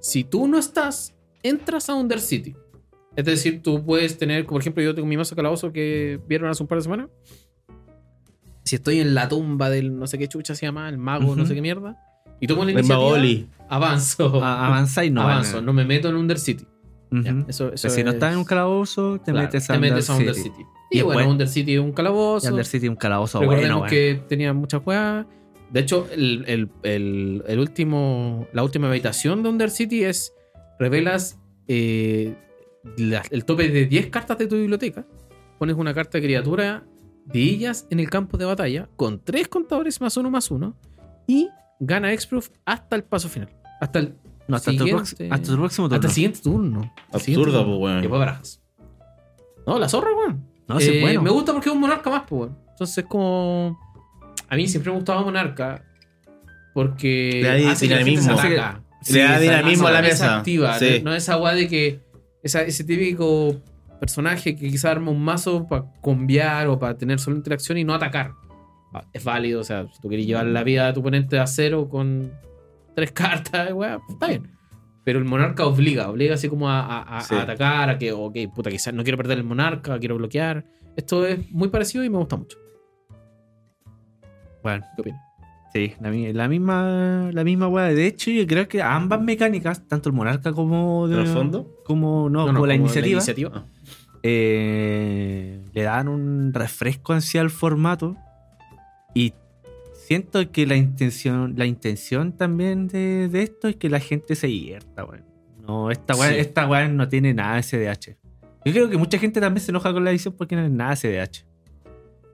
A: Si tú no estás, entras a Undercity. Es decir, tú puedes tener, por ejemplo, yo tengo mi mazo calabozo que vieron hace un par de semanas. Si estoy en la tumba del no sé qué chucha se llama, el mago, no
C: Ujú.
A: sé qué mierda, y tomo la
B: El
A: iniciativa,
B: Magoli.
A: avanzo.
C: avanza y Ah, no
A: avanzo,
C: gana.
A: no me meto en Undercity.
C: Ujú.
A: Ya, eso, eso
C: Pero si no
A: es-
C: estás en un calabozo, te
A: claro,
C: metes a
A: te metes a
C: Undercity.
A: Undercity. Y,
C: Y
A: bueno,
C: bueno.
A: Undercity es un
C: Y
A: calabozo.
C: Undercity es un calabozo
A: Recordemos
C: bueno, weón.
A: que tenía muchas weas. De hecho, el, el- el- el último, la última habitación de Undercity es revelas eh, la- el tope de 10 cartas de tu biblioteca. Pones una carta de criatura de ellas en el campo de batalla con tres contadores más uno más uno y gana Exproof hasta el paso final. Hasta el,
C: No, hasta, tu
A: Siguiente.
C: prox- hasta tu próximo turno.
A: hasta el siguiente turno. El siguiente
B: Absurdo,
A: turno.
B: pues, weón.
A: Y después barajas. No, la zorra, weón.
C: No, sí,
A: Eh,
C: bueno.
A: Me gusta porque es un monarca más, pues, weón. Entonces, como. A mí siempre me gustaba monarca. Porque.
B: Le da
A: hace que la gente
B: dinamismo.
A: se ataca.
C: Sí,
B: Le da
C: esa-
B: dinamismo a la
A: Esa
B: mesa.
A: activa,
B: Sí.
A: No no esa agua de que. esa- ese típico personaje que quizá arma un mazo para combiar o para tener solo interacción y no atacar. Ah, Es válido, o sea, si tú quieres llevar la vida de tu oponente a cero con tres *laughs* cartas, weá, pues, está bien. Pero el monarca obliga, obliga así como a, a- a-
B: Sí.
A: a atacar, a que, ok, puta, quizás no quiero perder el monarca, quiero bloquear. Esto es muy parecido y me gusta mucho.
C: Bueno,
A: ¿Qué opinas?
C: sí, la, mi- la misma la misma weá. De hecho, yo creo que ambas mecánicas, tanto el monarca como de-
B: ¿Trasfondo?
C: como no, como la
A: como
C: iniciativa,
A: iniciativa.
C: eh, le dan un refresco hacia el formato y siento que la intención la intención también de, de esto es que la gente se divierta, weón. No, esta weá,
A: Sí.
C: esta weá no tiene nada de CDH. Yo creo que mucha gente también se enoja con la edición porque no es nada de CDH.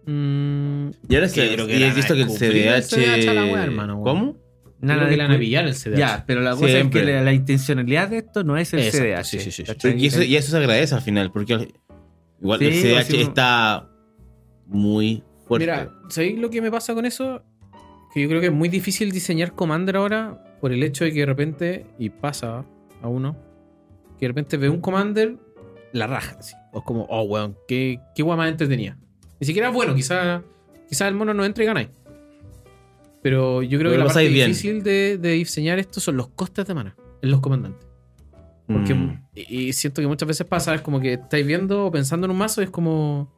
A: Mm,
B: Y ahora
A: Que
B: se,
A: creo que
B: y
A: la
B: he visto que el
A: van a descubrir el
B: CDH.
A: CDH a la wea, hermano, weón.
B: ¿Cómo?
A: creo
C: Nada
A: que
C: de-
A: le van a pillar el CDH.
C: Ya, pero la cosa
B: Siempre.
C: es que la, la intencionalidad de esto no es el
A: Exacto,
C: CDH.
A: sí, sí, sí, sí.
C: ¿cachai? Eh,
B: Y eso, y eso se agradece al final, porque al- igual
C: Sí,
B: el CDH
C: así como-
B: está muy fuerte.
A: Mira, ¿sabéis lo que me pasa con eso? Que yo creo que es muy difícil diseñar Commander ahora por el hecho de que de repente, y pasa a uno, que de repente ve un Commander, la raja, así. O es como, oh, weón, qué, qué guay más entretenida. Ni siquiera es bueno, quizá, quizá el mono no entre y ganáis. Pero yo creo
B: Pero
A: que la
B: lo
A: parte
B: pasáis bien.
A: difícil de, de diseñar esto son los costes de mana en los comandantes. Porque,
B: Mm.
A: y, y siento que muchas veces pasa, es como que estáis viendo o pensando en un mazo y es como.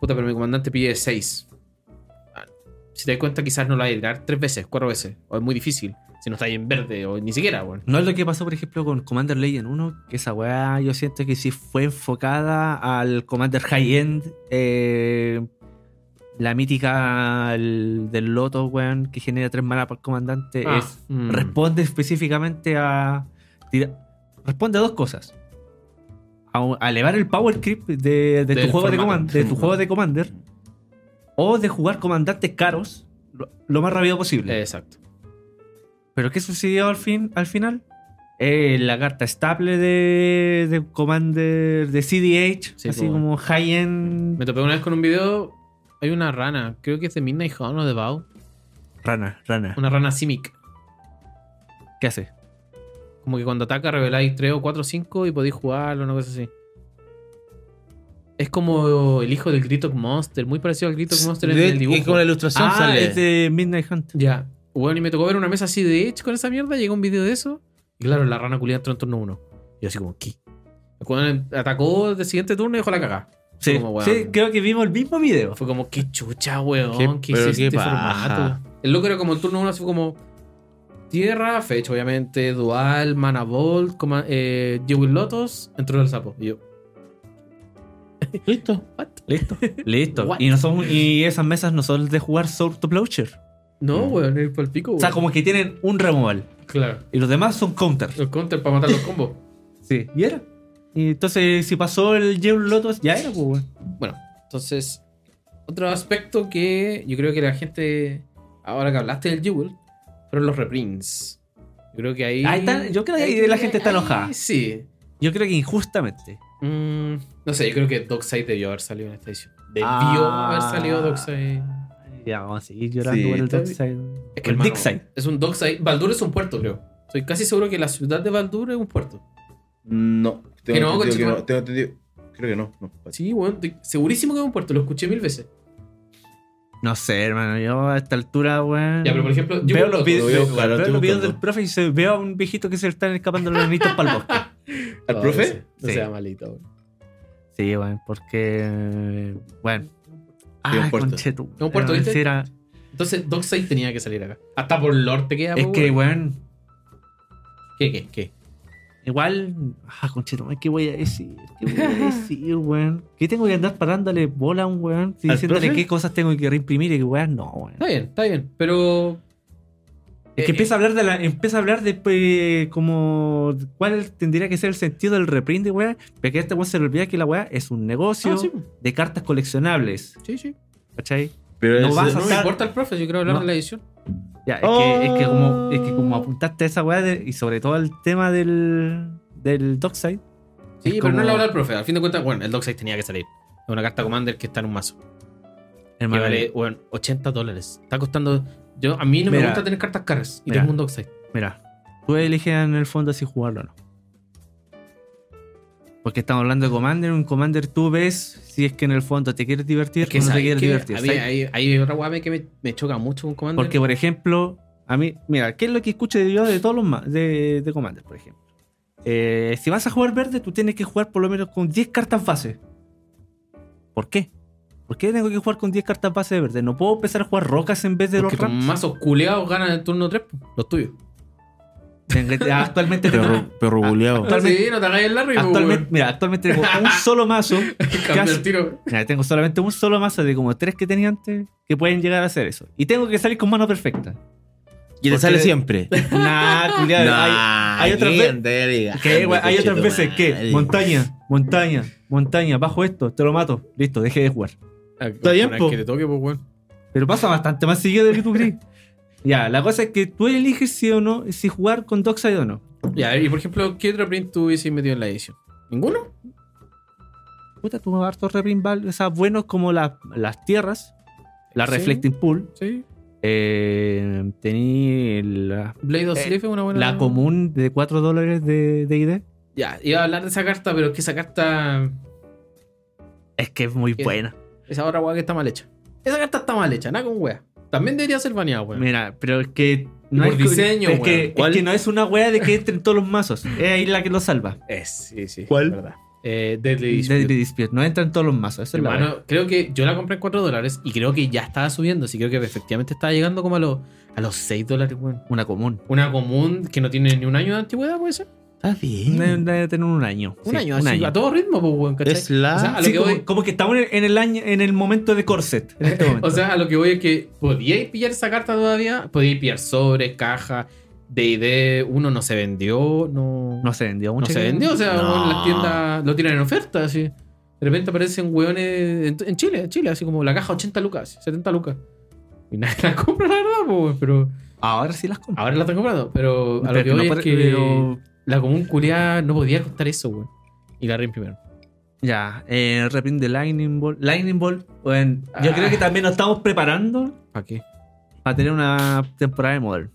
A: Puta, pero mi comandante pide 6. Si te das cuenta, quizás no lo vais a tirar 3 veces, 4 veces. O es muy difícil. Si no estáis en verde, o ni siquiera, weón.
C: No es lo que pasó, por ejemplo, con Commander Legend 1, que esa weá yo siento que sí fue enfocada al Commander High End, eh, la mítica el- del Loto, weón, que genera tres malas por comandante,
A: Ah,
C: es-
A: mm.
C: responde específicamente a... tira- responde a dos cosas. A, un- a elevar el power creep de, de tu,
A: Del
C: juego de,
A: formato.
C: coman- de tu juego de Commander o de jugar comandantes caros lo, lo más rápido posible.
A: Exacto.
C: ¿Pero qué sucedió al, fin, al final? Eh, la carta estable de, de Commander de CDH,
A: Sí,
C: así
A: po.
C: como high-end
A: Me topé una vez con un video. Hay una rana, creo que es de Midnight Hunt o de Bao.
C: rana, rana.
A: Una rana Simic.
C: ¿Qué hace?
A: Como que cuando ataca reveláis 3 o 4 o 5 y podéis jugarlo, una cosa así. Es como el hijo del Gritok Monster, muy parecido al Gritok Monster en
B: De-
A: el dibujo. este.
B: Es como la ilustración
C: Ah,
B: sale.
C: es de Midnight Hunt.
A: Ya. Bueno, y me tocó ver una mesa así de Edge con esa mierda. Llegó un video de eso. Y claro, la rana culia entró en turno 1. Yo así como, ¿qué? Cuando atacó del siguiente turno y dejó la cagada.
C: Sí,
A: como, weón.
C: sí, creo que vimos el mismo video.
A: Fue como, qué chucha, weón,
B: Qué-
A: qué,
B: pero
A: hiciste
B: qué
A: formato.
B: paja.
A: El loco era como el turno 1, así como tierra, fecha, obviamente, dual, mana bolt, coma- eh, Jewel Lotus, entró el sapo. Y yo,
B: Listo.
C: Listo. Listo.
A: What?
C: y, no son, y esas mesas no son de jugar Soul to Plowshare.
A: no,
B: Mm.
A: weón, el palpico, weón.
C: O sea, como que tienen un removal.
A: Claro,
C: Y los demás son counter.
A: el counter para matar los combos.
C: Sí. ¿Y era? Y entonces, si pasó el Jew Lotus, ya era, pues, weón.
A: Bueno, entonces, otro aspecto que yo creo que la gente, ahora que hablaste del Jewel, fueron los reprints. Yo creo que ahí.
C: Ah, están- yo creo que ahí la gente está enojada.
A: Sí.
C: Yo creo que injustamente.
A: Mm, no sé, yo creo que Dockside debió haber salido en esta edición. Debió
C: Ah.
A: haber salido Dockside.
C: Ya, vamos a seguir llorando
B: Sí,
C: por el
A: está
C: Dockside.
A: Es
C: el
A: hermano,
C: Dickside.
A: Es un Dockside. Baldur es un puerto, creo. Estoy casi seguro que la ciudad de Baldur es un puerto.
B: No. Tengo
A: Que no,
B: entendido que
A: conchetumare.
B: no. Tengo entendido. Creo que no. no.
A: Sí, bueno, estoy segurísimo que es un puerto. Lo escuché mil veces.
C: No sé, hermano. Yo a esta altura, weón.
A: Ya, pero por ejemplo, yo
C: veo los,
B: lo voy a
C: videos,
B: buscar, lo
C: veo
B: estoy
C: los videos
B: buscando.
C: del profe y se veo a un viejito que se le están escapando los nenitos para el bosque.
B: ¿Al profe?
A: No
C: Sí.
A: sea malito. weón.
C: *laughs* Sí, weón, porque. eh, Bueno.
B: Sí, un
C: Ah,
B: puerto.
C: conchetu.
A: Es un puerto,
C: Era-
A: ¿viste?
C: era-
A: Entonces, Dockside tenía que salir acá. Hasta por Lord te queda.
C: Es
A: po,
C: que,
A: weón.
C: weón.
A: ¿Qué, qué, qué?
C: Igual. Ah, conchetumare, ¿qué voy a decir?
A: *laughs*
C: ¿Qué voy a decir, weón? ¿Qué tengo que andar parándole bola a un weón?
B: ¿Al
C: Diciéndole
B: profe?
C: qué cosas tengo que reimprimir y qué weón. No, weón.
A: Está bien, está bien. Pero.
C: Es que
A: Eh,
C: empieza a hablar de la, empieza a hablar de pues, como cuál tendría que ser el sentido del reprint de weá, pero que a este weón se le olvida que la weá es un negocio
A: Ah, sí,
C: de cartas coleccionables.
A: sí, sí.
C: ¿Cachai?
B: Pero
C: No
B: es-
C: vas a-
A: No me
C: Pasar-
A: importa el profe, yo quiero hablar
C: No.
A: de la edición.
C: Ya, es,
B: Oh.
C: que, es que como, es que como apuntaste a esa weá de- y sobre todo el tema del, del Dockside.
A: Sí,
C: es
A: pero
C: como-
A: no le habla al profe. Al fin de cuentas, bueno, el Dockside tenía que salir. Es una carta Commander que está en un mazo. Que
C: Hermano,
A: vale, bueno, 80 dólares. Está costando. Yo, a mí no me
C: Mira.
A: gusta tener cartas caras. Y
C: Mira.
A: tengo un Dockside.
C: mira, tú eliges en el fondo si jugarlo o no. Porque estamos hablando de Commander, un Commander tú ves si es que en el fondo te quieres divertir
A: Es que
C: o no te
A: sabes
C: quieres
A: que
C: divertir.
A: a mí
C: ¿sabes?
A: hay, hay otra guame que me, me choca mucho con Commander.
C: Porque, por ejemplo, a mí, mira, ¿qué es lo que escucho de yo de todos los ma- de, de Commander, por ejemplo? Eh, si vas a jugar verde, tú tienes que jugar por lo menos con 10 cartas base. ¿Por qué? ¿Por qué tengo que jugar con 10 cartas base de verde? No puedo empezar a jugar rocas en vez de
A: Porque
C: los
A: tus
C: ramps.
A: mazos culeados ganan el turno 3, los tuyos.
C: Tengo
A: *laughs*
C: que- Actualmente tengo,
B: Perro, perro buleado.
C: Actualmente-
A: sí, no te hagáis el largo y
C: actualmente, mira, actualmente tengo un solo mazo.
A: Cambia
C: casi-
A: el tiro.
C: mira, tengo solamente un solo mazo de como tres que tenía antes que pueden llegar a hacer eso. Y tengo que salir con mano perfecta.
B: Y te
C: Porque-
B: sale siempre.
C: Nah,
A: *laughs*
C: culiado. hay otras ve- Que, güey, hay otras veces que montaña, montaña, montaña, bajo esto, te lo mato. Listo, dejé de jugar.
A: Está
B: bien, po.
A: Ah, Que te toque, pues, weón.
C: Pero pasa bastante más seguido de lo que tú
A: *laughs*
C: crees. ya, la cosa es que tú eliges si o no, si jugar con Dockside o no.
A: Ya, y por ejemplo, ¿qué otro print tú hubieses metido en la edición? ¿Ninguno?
C: Puta, tú hartos reprint val- o sea, buenos como la- las tierras. La
A: Sí.
C: Reflecting Pool.
A: Sí.
C: Eh, tení la,
A: Blade of
C: Eh,
A: Sleep es una buena.
C: la común de 4 dólares de, de ID.
A: Ya, iba a hablar de esa carta, pero es que esa carta.
C: Es que es muy
A: ¿Qué?
C: buena.
A: Esa otra weá que está mal hecha. Esa carta está mal hecha, nada con wea. También debería ser baneada, weón.
C: Mira, pero es que.
A: Y
C: es
A: por
C: que-
A: diseño,
C: es
A: weón.
C: que, es
B: ¿Cuál?
C: que no es una wea de que entren todos los mazos. Es ahí la que lo salva.
A: Es, Eh, sí, sí.
B: ¿Cuál?
A: Verdad. Eh, Deadly Dispute.
C: Deadly Dispute. No entran todos los mazos. Eso es la wea.
A: Hermano, creo que yo la compré en 4 dólares y creo que ya estaba subiendo. Así creo que efectivamente estaba llegando como a los, a los 6 dólares, weón.
C: Una común.
A: Una común que no tiene ni un año de antigüedad, puede ser.
B: Está
C: Debe,
B: bien.
C: debe tener un año.
A: Un
C: Sí,
A: año, así, a todo ritmo, pues, weón, ¿cachai?
B: Es la-
A: O sea, a lo
C: Sí,
A: que
C: como,
A: voy.
C: como que estamos en el- en el año, en el momento de corset. En este
A: *laughs*
C: momento.
A: O sea, a lo que voy es que podíais pillar esa carta todavía, podíais pillar sobres, caja, DD, uno no se vendió, no,
C: no se vendió
A: no
C: mucho.
A: se vendió, o sea,
B: No.
A: bueno, las tiendas lo tiran en oferta, así. De repente aparecen hueones en, en Chile, en Chile, así como la caja 80 lucas, 70 lucas. Y nadie *laughs* la compra, la verdad, po, weón, pero
C: Ahora sí las compro.
A: ahora la están comprando. Pero a lo
C: Pero
A: que
C: no
A: voy es
C: puede-
A: que
C: pero-
A: la común culiada no podía costar eso, weón. Y la reimprimieron.
C: Ya, eh, Repin de Lightning Ball. Lightning Ball, bueno, yo
A: Ah.
C: creo que también nos estamos preparando
A: ¿Para qué?
C: para tener una temporada de Modern.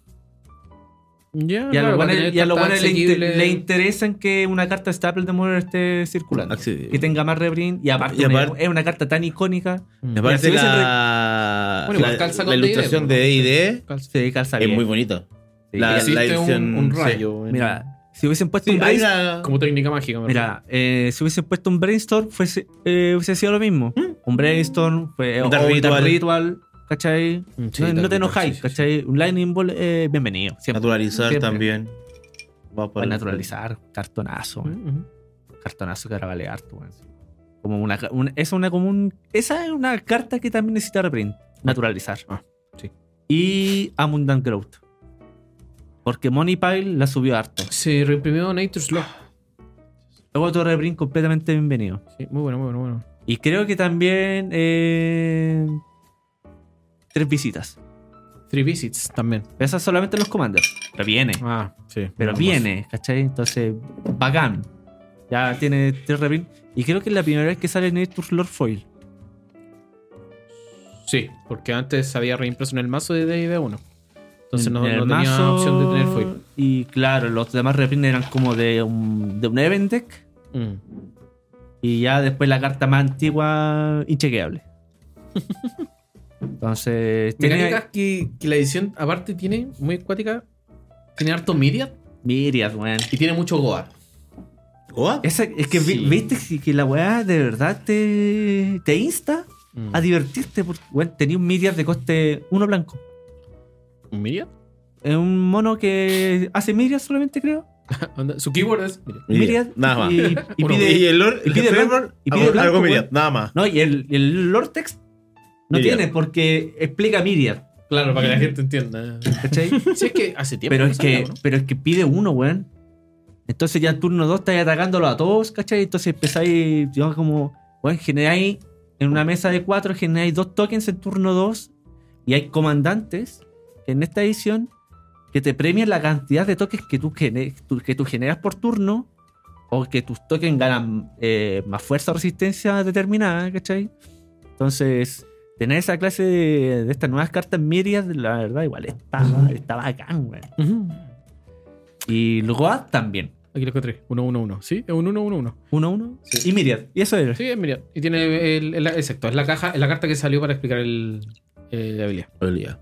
A: Ya,
C: Y a los
A: claro, va a
C: buenos
A: tener
C: y a los
A: cartas
C: buenos le, inter-
A: asequibles.
C: le interesan que una carta staple de Modern esté circulando.
B: Accedible.
C: Que tenga más reprint. Y aparte,
B: Ah, Y
C: una-
B: aparte-
C: es una carta tan icónica.
A: Mm.
B: Me parece
C: Mira, si hubiesen Ah,
B: la,
A: Bueno, igual
B: la-
A: calza
B: la
A: con D&D,
B: ilustración
A: pues.
B: de ID
A: Calza.
C: Se calza
B: es
C: bien.
B: muy bonita.
C: Sí.
B: la-
A: Existe
B: edición,
A: un, un
B: sí.
A: rayo. ¿eh? en-
C: Mira, si hubiesen puesto
B: Sí,
C: un
B: hay
C: Brains-
B: una-
A: Como técnica mágica. me
C: Mira, eh, si hubiesen puesto un brainstorm, fuese, eh, hubiese sido lo mismo. Un brainstorm, fue,
B: ¿Mm? Un
C: o
B: Dark
C: un Dark
B: Ritual.
C: Ritual, ¿cachai?
A: refiero.
C: no, no
A: Sí,
C: te enojáis,
A: sí, sí.
C: ¿cachai? Un Lightning Ball, eh, bienvenido. Siempre.
B: naturalizar
C: Siempre.
B: también. Va por
C: Para
B: el-
C: naturalizar, cartonazo, weón.
A: Ujú, ujú.
C: cartonazo que ahora vale harto. weón. Como una, ca- un- esa es una común, esa es una carta que también necesita reprint, naturalizar.
A: Ah, sí.
C: Y Abundant Growth. Porque Money Pile la subió harto.
A: Se reimprimió Nature's Law.
C: Luego otro reprint completamente bienvenido.
A: Sí, muy bueno, muy bueno, muy bueno.
C: Y creo que también eh, tres visitas.
A: Three Visits también.
C: Esas solamente los commanders. Pero viene.
A: Ah, sí.
C: Pero
A: Vamos.
C: viene, ¿cachai? Entonces, bacán. Ya tiene tres reprints. Y creo que es la primera vez que sale Nature's Lord Foil.
A: Sí, porque antes se había reimpreso en el mazo de D&D 1. Entonces no,
C: En el
A: no tenía
C: mazo,
A: opción de tener foil.
C: Y claro, los demás reprints eran como de un, de un event deck.
A: Mm.
C: Y ya después la carta más antigua,
A: *laughs*
C: inchequeable. Entonces, tiene
A: Mecánicas que, que la edición aparte tiene, muy acuática, tiene harto Myriad
C: Miriad, weón.
A: y tiene mucho Goa.
B: ¿What?
C: Esa- es que vi-
A: Sí.
C: viste que- que la weá de verdad te, te insta
A: Mm.
C: a divertirte. Porque, weón, tenía un Miriad de coste uno blanco.
A: ¿Un Myriad?
C: Es un mono que hace Miriad solamente, creo.
A: *laughs* Onda, Su keyword es Myriad.
C: Miriad.
B: Nada más.
C: Y, y
A: *laughs* Uno.
C: pide.
B: el Lord,
C: y pide
B: Lord-
C: blanco- y
B: algo-
C: pide blanco,
B: algo
C: weón.
B: Miriam, nada más.
C: No, y el, el Lord Text no
B: Miriam.
C: tiene porque explica Miriam.
A: Claro, para que la gente entienda.
C: Mm. ¿Cachai?
A: Si es que hace tiempo
C: pero,
A: no
C: es que,
A: salía, ¿no?
C: pero es que pide uno, weón. Entonces ya en turno 2 estáis atacándolo a todos, ¿cachai? Entonces empezáis, digamos, como, weón, generáis en una mesa de 4, generáis dos tokens en turno 2 y hay comandantes en esta edición que te premian la cantidad de tokens que tú, gene- tú- que tú generas por turno o que tus tokens ganan eh, más fuerza o resistencia determinada, ¿cachai? Entonces, tener esa clase de, de estas nuevas cartas mirias, la verdad, igual está, está bacán, weón.
A: Ujú.
C: Y Lugoa también.
A: Aquí lo encontré. 1-1-1. Sí, es un 1-1-1.
C: 1-1
A: Sí.
C: y Miriad. Y eso es.
A: Sí, es Miriam. Y tiene el, el- exacto, es la caja, es la carta que salió para explicar el, el- la habilidad.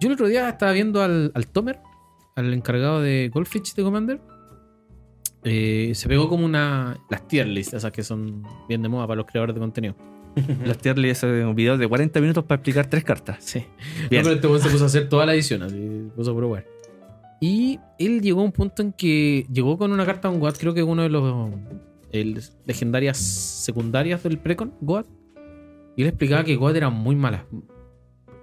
A: Yo el otro día estaba viendo al, al Tomer, al encargado de Goldfish de Commander. Eh, se pegó como una. las tier lists, esas que son bien de moda para los creadores de contenido.
C: Las tier lists es un video de 40 minutos para explicar tres cartas.
A: Sí.
C: Bien.
A: No, pero este weón se puso a hacer toda la edición, así, se puso a probar. Y él llegó a un punto en que llegó con una carta a un Goat, creo que uno de los el- legendarias secundarias del Precon, Goat. Y él explicaba que Goat era muy mala.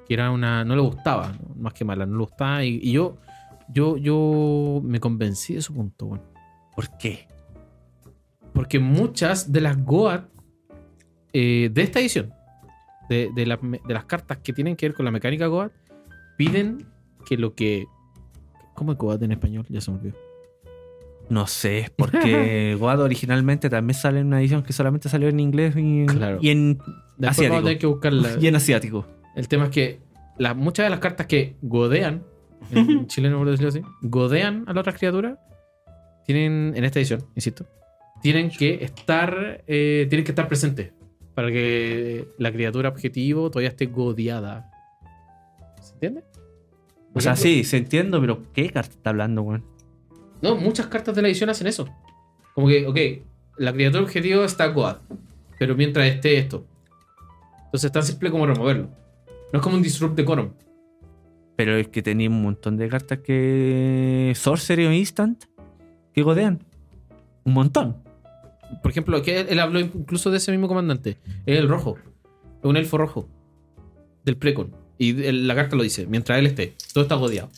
A: Que era una. no le gustaba, ¿no? más que mala, no le gustaba. Y, y yo, yo, yo me convencí de su punto, weón.
C: ¿Por qué?
A: Porque muchas de las Goat eh, de esta edición, de, de las me- de las cartas que tienen que ver con la mecánica Goat, piden que lo que. ¿Cómo es Goat en español? Ya se me olvidó.
C: No sé, *laughs* porque Goad originalmente también sale en una edición que solamente salió en inglés y en,
A: Claro.
C: y en,
A: Después
C: Asiático.
A: vamos a tener que buscarla.
C: y en asiático.
A: El tema es que las- muchas de las cartas que godean, en chileno por decirlo así, godean a las otras criaturas, tienen, en esta edición, insisto, tienen que estar, eh, tienen que estar presentes para que la criatura objetivo todavía esté godeada. ¿Se entiende?
C: O sea, sí, se entiendo, pero ¿qué carta está hablando, weón?
A: No, muchas cartas de la edición hacen eso. Como que, ok, la criatura objetivo está Goad, pero mientras esté esto. Entonces es tan simple como removerlo. No es como un Disrupt Decorum.
C: Pero es que tenía un montón de cartas que. Sorcery o Instant. Que godean. Un montón.
A: Por ejemplo, que él, él habló incluso de ese mismo comandante. Es el rojo. Es un elfo rojo. Del Precon. Y el- la carta lo dice. Mientras él esté. Todo está godeado.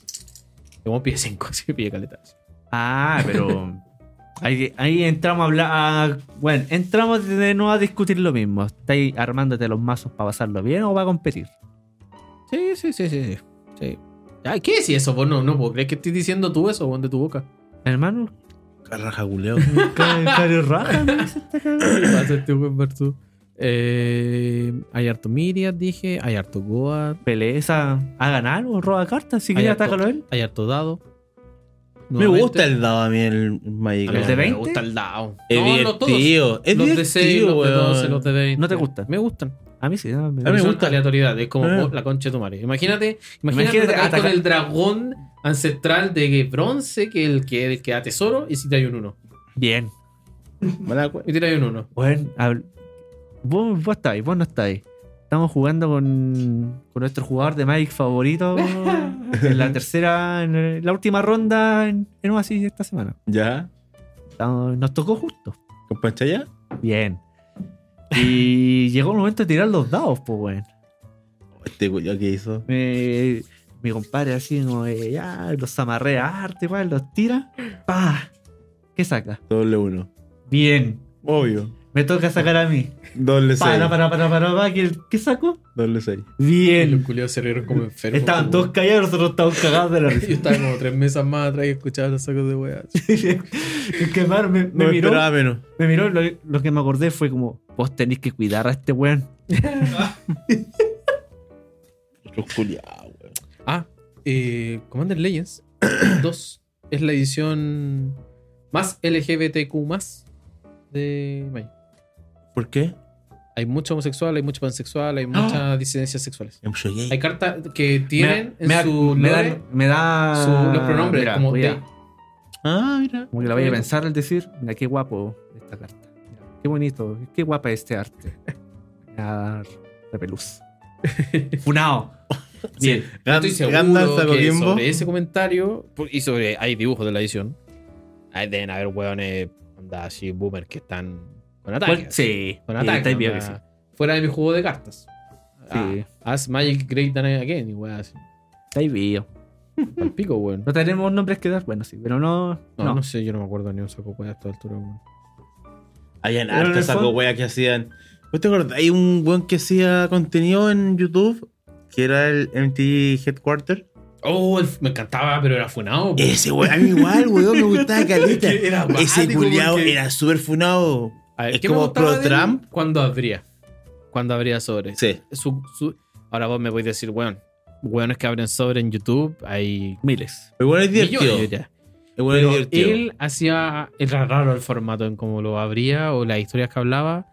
A: Como pide *laughs* 5. Sí, pide caleta.
C: Ah, pero. ahí, ahí entramos a hablar. a- bueno, entramos de nuevo a discutir lo mismo. ¿Estáis armándote los mazos para pasarlo bien o para competir?
A: Sí, sí, sí, sí. sí. sí. Ay, ¿Qué es eso? Vos no, no puedo creer que estoy diciendo tú eso, weón, de tu boca.
C: Hermano,
B: Carraja *laughs* culeo.
C: Cario Raja, ¿no?
A: ¿Qué pasa este weón, Bartu? Eh, hay harto Miriam, dije. Hay harto Goa.
C: Pelea esa a ganar o roba cartas, si
A: Hay
C: quiere
A: harto-
C: atácalo él.
A: Hay harto Dado.
B: Me
A: Nuevamente.
B: gusta el dado a mí, el Magic.
C: ¿El
B: weón.
C: de 20?
A: Me gusta el Dado.
B: Es
A: no todos.
B: divertido. Es
A: los de 6,
B: divertido,
A: los de 12,
B: weón.
A: los de 20.
C: ¿No te gustan?
A: Me gustan.
C: A mí sí, no, me-
B: A mí me
A: Son
B: gusta.
A: aleatoriedad. Es como
B: Ah.
A: oh, la concha de tu madre. Imagínate, imagínate,
C: Imagínate
A: atacar con
C: atacar-
A: el dragón ancestral de bronce, que es el que, el que da tesoro, y si te hay un 1.
C: Bien.
B: Mala cue-
A: Y te hay un 1.
C: Bueno, habl- vos, vos estáis, vos no estáis. Estamos jugando con, con nuestro jugador de
A: *laughs*
C: Magic favorito en la tercera, en la última ronda en, en así esta semana.
B: ¿Ya?
C: Estamos- nos tocó justo.
B: ¿Con pantalla?
C: Bien. Y *laughs* llegó el momento de tirar los dados, pues, weón.
B: Este cuyo que hizo.
C: Me- mi compadre así como, eh, ya, los amarrea arte, igual, los tira. ¡Pah! ¿Qué saca?
B: Doble uno.
C: Bien.
B: Obvio.
C: Me toca sacar a mí.
B: Doble seis.
C: Para, para, para, para, para. ¿Qué, qué saco?
B: Doble seis.
A: Y los
C: Bien.
A: culiados se rieron como enfermos.
C: Estaban
A: como-
C: todos callados, nosotros estábamos cagados de
A: *laughs*
C: la
A: Yo
C: risa.
A: estaba como tres mesas más atrás y escuchaba los sacos de weas.
C: El que más me, me
B: No me
C: miró,
B: esperaba menos.
C: me miró lo, lo que me acordé fue como, vos tenés que cuidar a este weón.
B: Los culiados, weón.
A: Ah, eh, Commander Legends *coughs* 2 es la edición más LGBTQ más de Magic.
B: ¿Por qué?
A: Hay mucho homosexual, hay mucho pansexual, hay muchas disidencias sexuales.
B: Em, soy gay.
A: Hay cartas que tienen
C: Ah. me, da-
A: en su
C: me, da-
A: lore
C: me da
A: su- los pronombres
C: Mira,
A: como
C: mira,
A: they.
B: Ah, mira.
C: como que la vaya a pensar al decir, mira qué guapo esta carta. Mira, qué bonito, qué guapa este *laughs* arte. Me va a dar la peluz. *laughs* Funao. Bien.
A: Yo estoy
B: Gan-
A: seguro
B: Gandalf sacó
A: que
B: Kimbo.
A: sobre ese comentario por- y sobre hay dibujos de la edición. Hay, deben haber hueones onda así boomer que están con ataques.
C: Bueno, sí.
A: Con
C: sí,
A: ataque,
C: estáis bien,
A: onda,
C: sí.
A: Fuera de mi juego de cartas.
C: Sí.
A: Ah, haz Magic Great Than Again, y weá, así.
C: Estáis bien.
A: Al pico, weón.
C: No tenemos nombres que dar, bueno, sí, pero no.
A: No,
C: No,
A: no, sé, yo no me acuerdo ni un saco weá a esta altura, weón.
B: Habían
C: Pero en
B: hartas
C: el
B: saco
C: fondo-
B: weas que hacían. ¿Vos te acordás? Hay un weón que hacía contenido en YouTube que era el MTV Headquarter.
A: Oh, el- me encantaba, pero era funado. po.
B: Ese weón, a mí
C: *laughs*
B: igual, weón, me gustaba caleta.
A: Que era
B: Ese
A: acuático,
B: culiao
A: porque-
B: era súper funado.
A: A ver,
B: es
A: ¿qué me
B: como
A: gustaba
B: pro
A: de él?
B: Trump.
A: Cuando abría. Cuando abría sobre.
B: Sí.
A: Su- su- Ahora vos me voy a decir, weón. Weones que abren sobre en YouTube, hay
C: miles.
B: El weón es divertido.
A: millones ya.
B: El weón es
A: Pero
B: divertido.
A: él hacía. Era raro el formato en cómo lo abría o las historias que hablaba.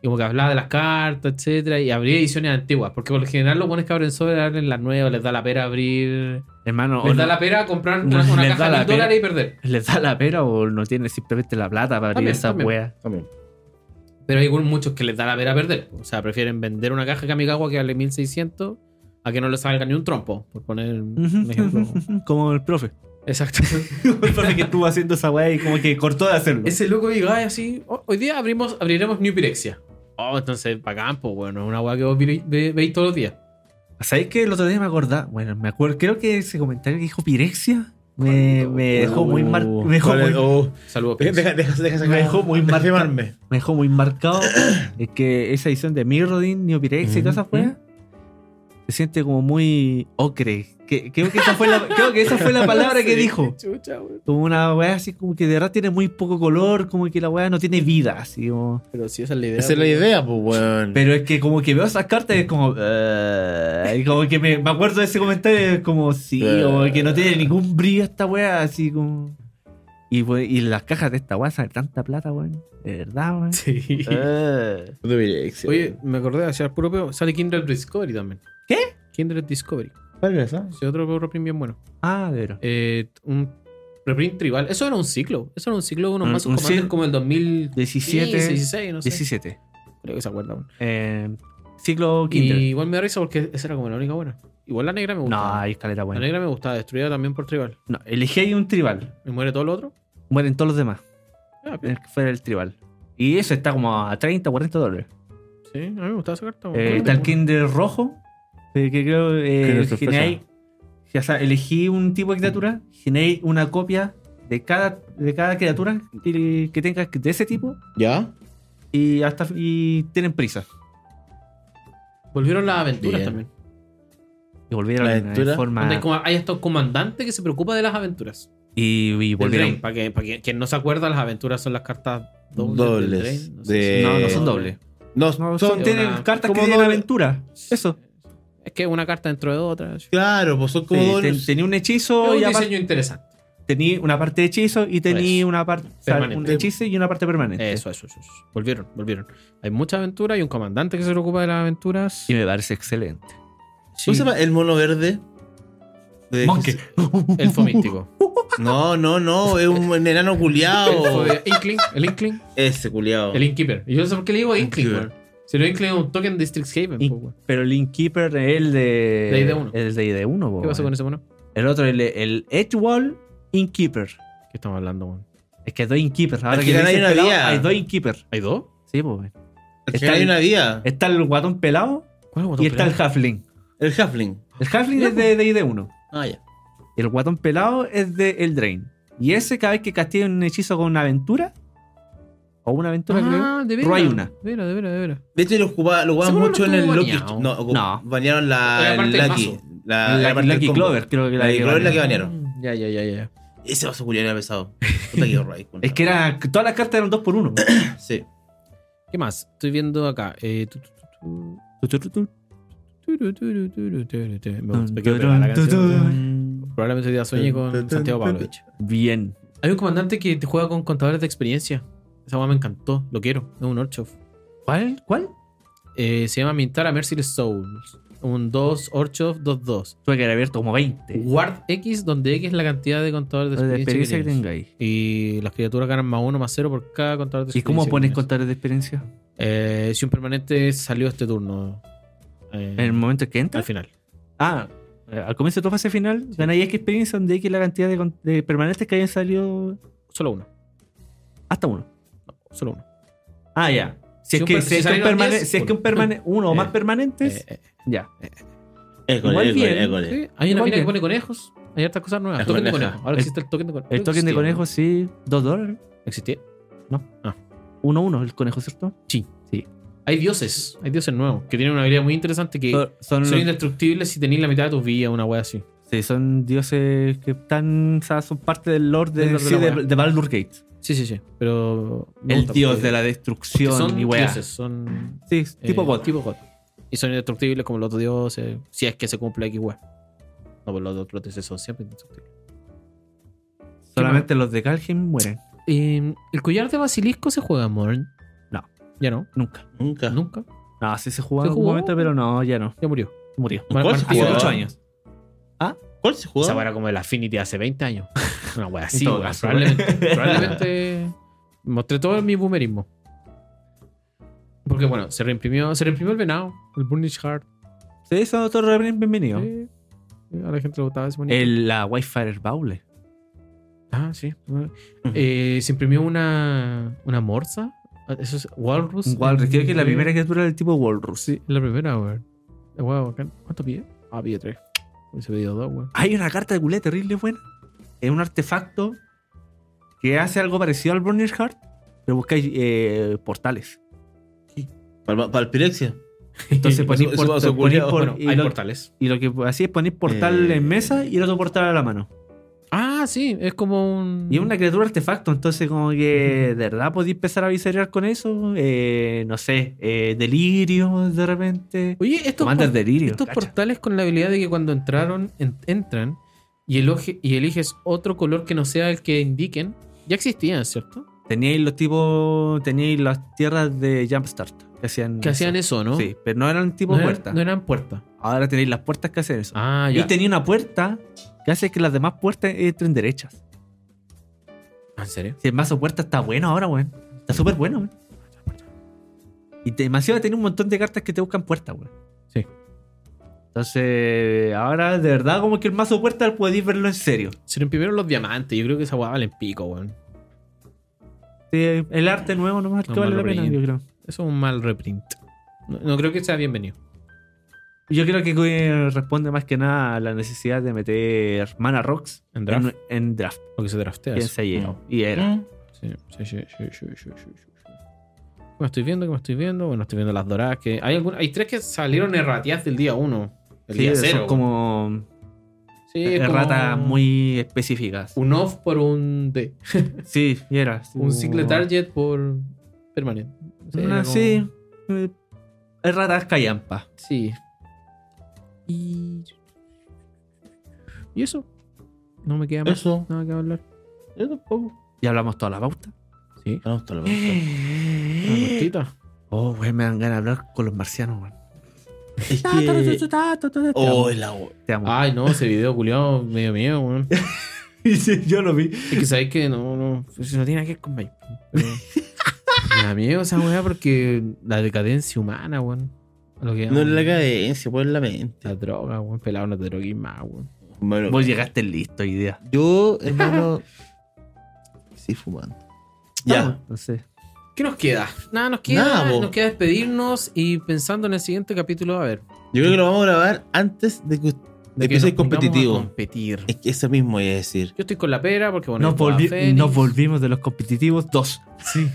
A: Y Como que hablaba de las cartas, etcétera, y abría ediciones antiguas. Porque por lo general los buenos que abren sobre abren las nuevas, les da la pera abrir.
C: Hermano,
A: *laughs*
C: o
A: les da
C: no-
A: la pera comprar
C: no,
A: una, una
C: les da
A: caja de
C: la
A: mil
C: pera.
A: dólares y perder.
C: *laughs* les da la pera o no tienen simplemente la plata para abrir
A: También,
C: esa
A: también.
C: wea.
B: También.
A: Pero hay algunos- muchos que les da la pera perder. O sea, prefieren vender una caja Kamikawa que vale 1600 a que no le salga ni un trompo, por poner un *laughs* ejemplo.
C: *laughs* Como el profe.
A: *laughs* Exacto.
C: El profe que estuvo haciendo esa wea y como que cortó de hacerlo.
A: Ese loco llegaba y así. "Oh, hoy día abrimos, abriremos New Pirexia. Oh, entonces, para campo, bueno, es una weá que vos vi- ve- veis todos los días.
C: ¿Sabéis que el otro día me acordaba? Bueno, me acuerdo, creo que ese comentario que dijo Pirexia me, me dejó muy mar-
B: Uh,
C: me dejó
B: ¿cuál
C: muy,
B: es?
C: *laughs*
B: Oh,
A: Saludos.
B: deja, deja, deja, sacar-
C: Me dejó muy
B: deja
C: marca-
B: firmarme. *coughs*
C: me dejó muy marcado. es que esa edición de Mirrodin, Neopirexia y todas esas
B: Ujú,
C: weas. se siente como muy ocre. Que, creo, que esa fue la, creo que esa fue la palabra que
A: Sí,
C: dijo.
A: chucha, weón.
C: Como una weá así, como que de verdad tiene muy poco color, como que la weá no tiene vida, así como-
A: Pero sí, esa es la idea.
B: Esa es la
A: weón.
B: idea, pues, weón. *laughs*
C: Mm. Pero es que como que veo esas cartas y es como... eh, y como que me, me acuerdo de ese comentario y es como, sí, como que no tiene ningún brillo esta weá, así como... Y, we- y las cajas de esta weá salen tanta plata, weón. De verdad, weón.
A: Sí.
C: Eh.
B: No debería existir.
A: Oye, me acordé, hacia el puro peo, sale Kindred Discovery también.
C: ¿Qué?
A: Kindred Discovery.
B: ¿cuál es esa?
A: Ese otro reprint bien bueno.
C: Ah, de verdad.
A: Eh, un reprint tribal. Eso era un ciclo. Eso era un ciclo de unos
C: Un-
A: mazos
C: un
A: Commander
C: ciclo-
A: como el 2017,
C: 17...
A: 16, no sé.
C: 17.
A: Creo que se acuerda. aún.
C: Eh, ciclo Kinder.
A: Y igual me da risa porque esa era como la única buena. Igual la negra me
C: No,
A: gustaba.
C: ahí escaleta
A: la
C: buena.
A: negra me gustaba, destruida también por tribal.
C: No, elegí ahí un tribal.
A: ¿Me muere todo lo otro?
C: Mueren todos los demás.
A: Ah, bien.
C: El que fuera el tribal. Y eso está como a 30, 40 dólares.
A: Sí, a mí me gustaba esa carta.
C: Eh,
A: weón.
C: está el Kinder rojo. eh, que creo.
B: Que
C: Eh,
B: no se
C: generé- ya sea, elegí un tipo de criatura. Generé una copia de cada, de cada criatura que, que tenga de ese tipo.
B: ¿Ya?
C: Y, hasta, y tienen prisa.
A: Volvieron las aventuras
B: Bien.
A: también.
C: Y volvieron
B: La
C: en
B: aventura.
C: forma.
A: Donde hay como- hay hasta un comandante que se preocupa de las aventuras.
C: Y, y
A: Del
C: volvieron.
A: Drain, para que, para que quien no se acuerda, las aventuras son las cartas dobles.
B: Dobles.
A: del Drain,
B: De-
A: si-
C: No, no son
B: Eh,
C: dobles.
B: No,
C: No,
B: son,
C: son, tienen
A: una-
C: cartas que
B: como
C: tienen
B: doble-
C: aventura. Eso.
A: Es que una carta dentro de otra. Es
B: Claro, pues son como
C: Sí,
B: dos-
C: ten- tenía un hechizo
A: un
C: y aparte
A: diseño interesante.
C: tenía una parte de hechizo y tenía
A: Eso.
C: una parte un
A: Permanente. Eh,
C: hechizo y una parte permanente.
A: Eso, eso, eso, eso. Volvieron, volvieron. Hay mucha aventura y un comandante que se preocupa de las aventuras.
C: Y me parece excelente.
A: Sí,
B: ¿Cómo se llama el mono verde? De-
C: Monkey.
A: el fomístico.
B: No, no, no, es un enano
C: *laughs*
B: culiao.
A: El Inkling, el Inkling,
B: Ese culiao.
A: el Innkeeper. Y yo no sé por qué le digo Inkling,
B: Innkeeper.
A: weón. Si no Inkling es un token de District Haven,
C: Y-
A: po, weón.
C: pero el Innkeeper es el de.
A: De ID1.
C: El de ID1, po,
A: ¿Qué pasó con
C: weón.
A: ese mono?
C: El otro, el, el Edgewall Innkeeper.
A: ¿Qué estamos hablando, weón?
C: Es que hay dos Innkeepers. Ahora
B: Al
C: que
B: final
C: dices
B: hay una
C: pelado,
B: vía.
C: hay dos Innkeepers.
A: ¿Hay dos?
C: Sí, po, weón.
B: Es que
C: está
B: hay
C: el-
B: una vía.
C: Está el guatón pelado
A: ¿Cuál es el botón
C: y está el
A: pelado?
C: Halfling.
B: El Huffling.
C: El Halfling es de, de ID1.
B: Ah, ya.
C: El guatón pelado es de El Drain. Y ese, cada vez que castiga un hechizo con una aventura, o una aventura, creo.
A: Ah, de veras.
C: Pero hay una.
A: De veras, de veras, de veras.
B: De hecho, lo jugaban, lo jugaban
A: Seguro
B: mucho
A: no
B: en el
A: estuvo
B: Lucky.
A: baneado.
B: No, ocu-
C: No.
B: banearon
A: Era
B: la,
A: parte
B: el
A: del
B: Lucky.
A: mazo.
B: La,
C: La-
B: era parte del
C: Lucky
B: combo.
C: Clover, creo que la,
B: La
C: que
B: de Clover es la que
C: banearon.
B: banearon.
A: Ya, ya, ya, ya.
B: Ese vaso culiao era pesado. Puta que horror, ahí,
C: Es que era, todas las cartas eran dos por uno.
B: Sí.
A: ¿Qué más? Estoy viendo acá. Eh, tu, tu, tu, tu. Turu, turu, turu, turu, turu. Me gusta, me quiero pegar la canción. Probablemente hoy día soñé con Santiago Pavlovich.
C: Bien.
A: Hay un comandante que te juega con contadores de experiencia. Esa guay me encantó, lo quiero. Es un Orchov.
C: ¿Cuál? ¿Cuál?
A: Eh, se llama Mintara Merciless Souls. Un 2 Orchov 2-2.
C: Tuve que haber abierto como 20.
A: Guard X, donde X es la cantidad de contadores de
C: Uh, De,
A: experiencia.
C: experiencia que
A: que tienes.
C: tengáis.
A: y las criaturas ganan más 1 más 0 por cada contador de
C: ¿Y
A: experiencia.
C: cómo
A: que
C: pones
A: tienes.
C: contadores de experiencia?
A: Eh, si un permanente salió este turno. eh,
C: En el momento que entra.
A: al final.
C: Ah, eh, al comienzo de tu fase final, ganáis X experiencia donde X la cantidad de, con- de permanentes que hayan salido
A: Solo uno.
C: hasta uno.
A: Solo uno.
C: Ah, ya. Si
A: Si
C: es
A: un
C: que,
A: per-
C: si
A: si
C: es que un
A: salieron
C: permane-
A: diez,
C: si es que un *laughs* permane- uno o
A: Eh,
C: más permanentes,
A: Eh, eh,
C: ya. Igual
B: École,
C: bien,
B: école, école.
A: sí. Hay una mina
C: Igual
A: que
C: bien.
A: pone conejos. Hay hartas cosas nuevas.
B: El
A: Token de
B: conejo.
A: conejo. Ahora
C: El-
A: existe el token de conejo.
C: El token de conejo, sí, dos dólares.
A: Existía.
C: Uno, uno, el conejo, ¿cierto?
A: Hay dioses. Hay dioses nuevos que tienen una habilidad muy interesante que
C: Son- son
A: son
C: los-
A: indestructibles si tenéis la mitad de tus vidas, una wea así.
C: Sí, son dioses que están, o sea, son parte del lore de,
A: Del lore de la
C: sí, de-
A: wea.
C: de Baldur's Gate.
A: Sí, sí, sí. Pero. me
C: El
A: gusta
C: dios
A: porque-
C: de la
A: porque
C: destrucción
A: son
C: y weá.
A: dioses. Son.
C: Sí, tipo
A: eh,
C: God.
A: Tipo God. Y son indestructibles como los otros dioses. Si es que se cumple X wea. No, pues los otros dioses son siempre indestructibles.
C: Solamente los de Calheim mueren.
A: Eh, ¿El collar de basilisco se juega, Morn?
C: No.
A: Ya no.
C: Nunca.
B: Nunca.
A: Nunca.
C: No, sí se jugó en
A: ¿Se
C: algún
A: jugó?
C: momento, pero no, ya no.
A: Ya murió.
C: Murió.
B: ¿Cuál
A: Mar-
B: se
A: Martín-
C: Hace
B: jugaba?
C: ocho años.
B: ¿Cuál se
A: Esa
B: jugaba?
A: weá era como el Affinity hace 20 años. *laughs* Una wea así,
C: En todo
A: weón.
C: caso,
A: Probablemente,
C: *laughs*
A: probablemente mostré todo mi boomerismo. Porque bueno, se reimprimió, se reimprimió el venado, el Burnish Heart.
C: Sí, son otros rebrins bienvenidos.
A: Sí. A la gente le gustaba ese bonito.
C: El, la Wildfire Baule.
A: Ah, sí. Eh, se imprimió una, una morsa. Ah, Eso es Walrus. Eh,
C: Walrus, creo que es la primera criatura del tipo Walrus.
A: Sí, la primera, weón. La wea bacán. ¿Cuánto pide? Ah, pide tres. Hubiese pedido dos, weón.
C: Hay una carta de culé terrible buena. Es un artefacto que hace algo parecido al Burning Heart, pero buscáis eh, portales.
B: Para, para el Pirexia.
C: Entonces ponís
B: Eso- eso va a
C: portal,
B: ser
C: ponís
B: culiao.
C: por-
A: bueno,
C: y,
A: hay
C: lo,
A: portales.
C: y lo que hacía es poner portal
B: Eh.
C: en mesa y el otro portal a la mano.
A: Ah, sí, es como un.
C: Y es una criatura artefacto, entonces como
A: Mm.
C: que de verdad podéis empezar a viscerar con eso. eh, no sé, eh, delirio de repente.
A: Oye, estos,
C: Comandas
A: por-
C: delirio.
A: estos
C: cacha.
A: portales con la habilidad de que cuando entraron, en- entran y, eloge- y eliges otro color que no sea el que indiquen, ya existían, ¿cierto?
C: Teníais los tipos, teníais las tierras de Jumpstart que hacían,
A: Que hacían eso, ¿no?
C: Sí, pero no eran tipo
A: no, era-
C: puertas.
A: no eran puertas.
C: Ahora tenéis las puertas que hacen eso.
A: Ah,
C: y
A: ya.
C: tenía una puerta que hace que las demás puertas entren derechas.
A: Ah, ¿En serio?
C: Si el mazo puerta está bueno ahora, weón. Está súper bueno, weón. Y te, más encima tiene un montón de cartas que te buscan puerta, weón.
A: Sí.
C: Entonces, ahora de verdad, como que el mazo puerta podéis verlo en serio.
A: Serían primero los diamantes. Yo creo que esa hueá vale en pico, weón.
C: Sí, el arte nuevo nomás
A: No,
C: que vale la
A: malo
C: pena,
A: reprint.
C: yo creo.
A: Eso es un mal reprint. No, no creo que sea bienvenido.
C: Yo creo que eh, responde más que nada a la necesidad de meter mana rocks
A: En draft.
C: En, en draft.
A: Porque se draftea. eso.
C: Piensa y llegó. Y era.
B: Mm.
A: Sí, sí, sí, sí, sí, sí, sí, sí. ¿Qué me estoy viendo? ¿Qué me estoy viendo? Bueno, estoy viendo las doradas que. Hay alguna- hay tres que salieron errateadas del día 1. El
C: Sí,
A: día
C: son
A: 0.
C: como
A: sí, es como
C: ratas muy específicas.
A: Un off por un D.
C: Sí, y era.
A: Un single
C: Como-
A: target por Ah, permanente. era
C: Una
A: como-
C: sí. eh, Es ratas callampa.
A: Sí. Y. ¿Y eso? No me queda más.
B: Eso.
A: Nada que hablar.
B: Yo tampoco.
C: Ya hablamos toda la pauta.
A: Sí.
B: No, hasta la próxima.
A: Una
C: Eh.
A: Ah, cortita.
C: Oh, güey, me dan ganas de hablar con los marcianos, güey.
B: Es
C: Ah,
B: que. Oh, es la hue-
C: Te amo. *laughs*
A: Ay, no, ese video culiado medio mío, weón.
C: yo lo vi.
A: Es que sabéis que no, no, pues, no tiene nada que ver con Mayweather, *laughs* pero Me da miedo esa weá porque la decadencia humana, weón. A Lo que
B: No es
A: llaman
B: la cadencia, pues es la mente.
A: La droga, weón. Pelado no te drogues más, weón.
B: Bueno,
C: Vos llegaste listo, idea.
B: yo, hermano. *laughs* sí, fumando. Ya.
C: Entonces,
A: ¿Qué nos queda? Nada, nos queda.
B: Nada, po.
A: nos queda despedirnos y pensando en el siguiente capítulo, a ver.
B: Yo creo que lo vamos a grabar antes de que usted
A: De que
B: empiece el
A: nos pongamos a
B: competitivo.
A: competir.
B: Es que eso mismo iba a decir.
A: Yo estoy con la pera porque, bueno,
C: nos,
A: yo estaba
C: volvi-
A: Fénix.
C: nos volvimos de los competitivos dos.
A: Sí.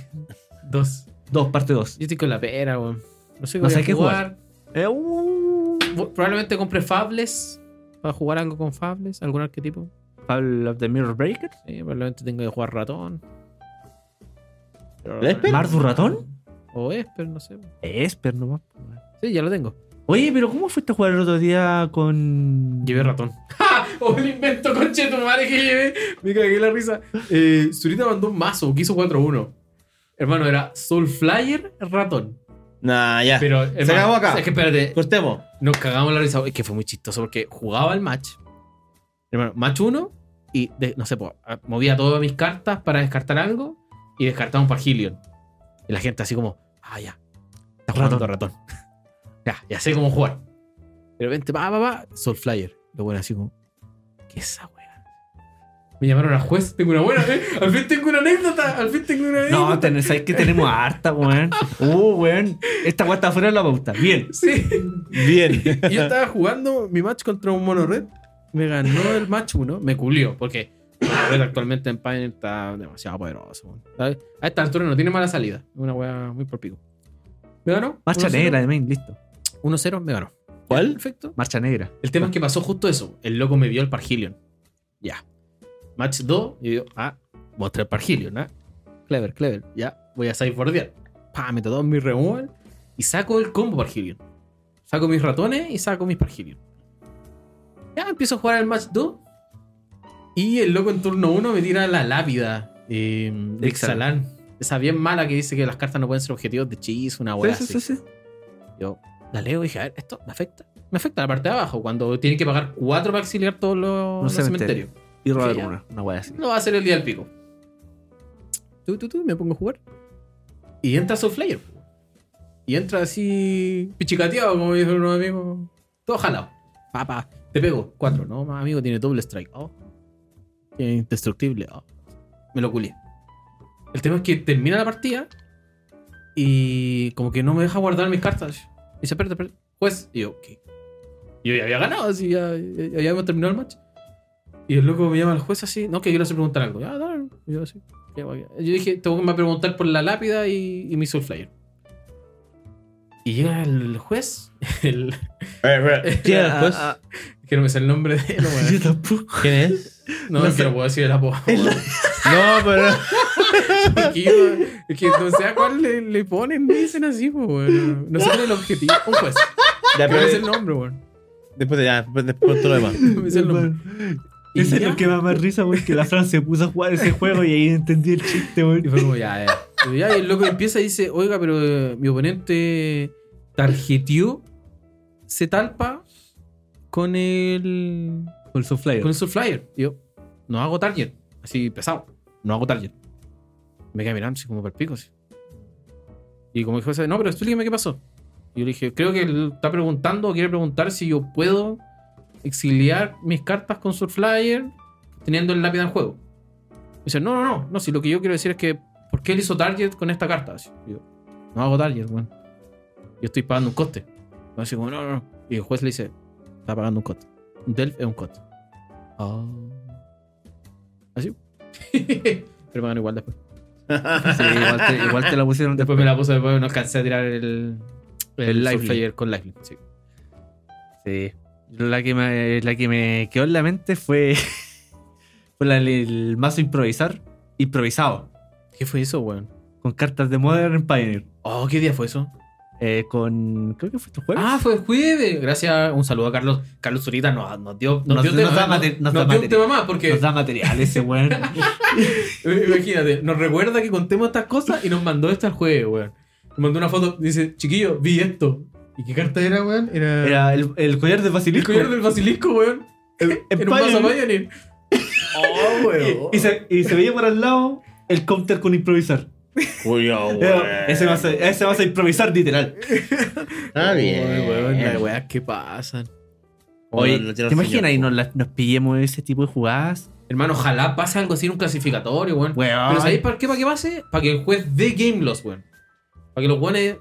A: Dos.
C: Dos, parte dos.
A: Yo estoy con la pera, weón. No sé,
C: No
A: voy
C: sé
A: a
C: qué
A: jugar.
C: jugar. Eh, uh,
A: Bu- Probablemente compre Fables. Para jugar algo con Fables, algún arquetipo.
C: Pablo of the Mirror Breaker.
A: Sí, probablemente tenga que jugar ratón. Pero-
B: ¿Esper?
C: ¿Mardu ratón?
A: O Esper, no sé.
C: Esper nomás. po, güey.
A: Sí, ya lo tengo.
C: Oye, pero ¿cómo fuiste a jugar el otro día con.
A: Llevé ratón. *laughs* ¡Ja! O el invento, conche de tu madre que llevé. Me cagué la risa. Eh, Zurita mandó un mazo, quiso 4-1. Hermano, era Soul Flyer, ratón.
B: Nah, ya.
A: Pero, hermano,
B: acabó acá.
A: Es que espérate,
B: Cortemos.
A: nos cagamos la risa. Es que fue muy chistoso porque jugaba el match. Hermano, match 1 y de- no sé, po, a- movía todas mis cartas para descartar algo y descartaba un Pargilion. Y la gente así como, ah, ya. Está jugando ratón. *laughs* ya, ya sé cómo jugar. De repente, va, va, va, Soul Flyer. Lo bueno así como, ¿qué es esa wea? Me llamaron a juez, tengo una buena, ¿eh? Al fin tengo una anécdota, al fin tengo una anécdota.
C: No, ten- ¿sabes que tenemos harta, weón? Uh, weón. Esta weá está fuera de la pauta. Bien.
A: Sí.
B: Bien. *laughs*
A: *laughs* Y yo estaba jugando mi match contra un mono red. Me ganó el match uno. Me culió. Porque mono red actualmente en Pioneer está demasiado poderoso. weón. ¿Sabes? A esta altura no tiene mala salida. Es una wea muy por pico. Me ganó.
C: Marcha
A: 1-0,
C: negra de main, listo.
A: 1-0, me ganó.
B: ¿Cuál?
A: Perfecto.
C: Marcha negra.
A: El tema es que pasó justo eso. El loco me vio el Pargilion. Ya. Match 2. Y yo, ah, mostré el Pargilion, ¿ah? Clever, clever. Ya, voy a sideboardear. Pa, meto todos mis removal y saco el combo Pargilion. Saco mis ratones y saco mis Pargilion. Ya empiezo a jugar el match 2. Y el loco en turno 1 me tira la lápida. Eh, de
C: Ixalan.
A: Ixalan. Esa bien mala que dice que las cartas no pueden ser objetivos de hechizo, una hueá
C: Sí,
A: así.
C: sí, sí, sí.
A: Yo la leo y dije, a ver, esto me afecta. Me afecta la parte de abajo, cuando tienen que pagar cuatro para exiliar todos los, los cementerios.
C: cementerios. Y robar
A: Sí, ya.
C: una, una weá así.
A: No va a ser el día del pico. Tú, tú, tú, me pongo a jugar. Y entra Soul Flyer. po. Y entra así, pichicateado, como dice unos amigos. Todo jalado. Papá, te pego. Cuatro, no, más amigo, tiene doble strike. Oh. Tiene indestructible. oh. Me lo culé. El tema es que termina la partida y como que no me deja guardar mis cartas. Y dice, espérate, espérate. Pues, y yo, ok. Yo ya había ganado, así ya, ya, ya habíamos terminado el match. Y el loco me llama al juez así, no, que quiero hacer preguntar algo. Ah, dale. Y yo así, "Ya, va, ya". Yo dije, tengo que me va a preguntar por la lápida y, y mi soul flyer. Y llega el juez, *laughs* el, *laughs*
B: ¿Quién es? pues?
C: Ah, ah,
A: que no me sé el nombre de él,
B: *laughs*
A: weón.
C: yo tampoco.
B: ¿Quién es?
A: No, no quiero puedo decir el apodo. weón.
B: No, *laughs* pero.
A: Porque yo- es que no sé a cuál le, le ponen, me dicen así, po, weón. No sale el objetivo. Un juez.
B: Ya,
A: No
B: pero
A: me sé el nombre, weón.
B: después de ya, después, después todo lo demás.
A: No me sé el nombre. Y
C: Eso es
A: ya.
C: lo que me da más risa, güey, que la Fran se puso a jugar ese juego y ahí entendí el chiste, güey.
A: Y fue como, ya, ya. Y ya, y el loco empieza y dice, oiga, pero eh, mi oponente tarjeteó, se talpa con el...
C: Con su flyer.
A: con su flyer. Y yo, no hago target. Así pesado. No hago target. Me quedé mirando así como por pico. así. Y como dijo, no, pero explíqueme qué pasó. Y yo le dije, creo que él está preguntando o quiere preguntar si yo puedo exiliar mis cartas con su flyer teniendo el lápiz en juego. Y dice, no, no, no, no, si lo que yo quiero decir es que, ¿por qué él hizo target con esta carta? Así. Y yo, no hago target, weón. Yo estoy pagando un coste. Y así como, no, no, no. Y el juez le dice, está pagando un coste. Un Delph es un coste. Ah. *laughs* Así. Pero me ganó igual después.
C: Sí, igual, te, igual te la pusieron
A: Después
C: después.
A: me la puse, después no alcancé a tirar el, el,
C: El
A: Life
C: Soul
A: Flyer con Lifelink. Sí.
C: Sí. La que me, la que me quedó en la mente fue, *laughs* fue la del mazo improvisar, improvisado,
A: ¿Qué fue eso, weón?
C: con cartas de Modern Pioneer.
A: Oh, ¿qué día fue eso?
C: Eh, con. Creo que fue tu jueves.
A: Ah, fue el jueves. Gracias, un saludo a Carlos. Carlos Zurita nos, nos dio, nos
C: Nos-
A: dio
C: nos
A: tema,
C: da
A: nos-
C: mate-
A: nos
C: nos da
A: dio un
C: materia.
A: tema más, porque
C: Nos da material ese *laughs* weón.
A: imagínate, nos recuerda que contemos estas cosas y nos mandó esto al jueves, weón. Nos mandó una foto, dice, chiquillo, vi esto. ¿Y qué carta era, weón? Era,
C: Era el, el collar de
A: el
C: basilisco.
A: collar del basilisco, weón.
C: En- en
A: Era un vaso
C: Pioneer.
A: Pioneer. *laughs*
B: Oh,
C: Y, y se, y se veía por al lado el counter con improvisar.
B: Julio, *laughs*
C: Era-
B: güey.
C: Ese vas a, ese vas a improvisar literal.
B: Está bien.
A: Uy, weón, las
B: Bueno,
A: weas que pasan.
C: Oye,
B: lo
C: ¿te
B: tira
C: imaginas
B: señor,
C: y
B: po.
C: nos, la- nos pillemos ese tipo de jugadas?
A: Hermano, ojalá pase algo así en un clasificatorio, weón.
C: Weón.
A: Pero ¿sabéis para qué? ¿Para que pase? Para que el juez dé game loss, weón. Para que los weones.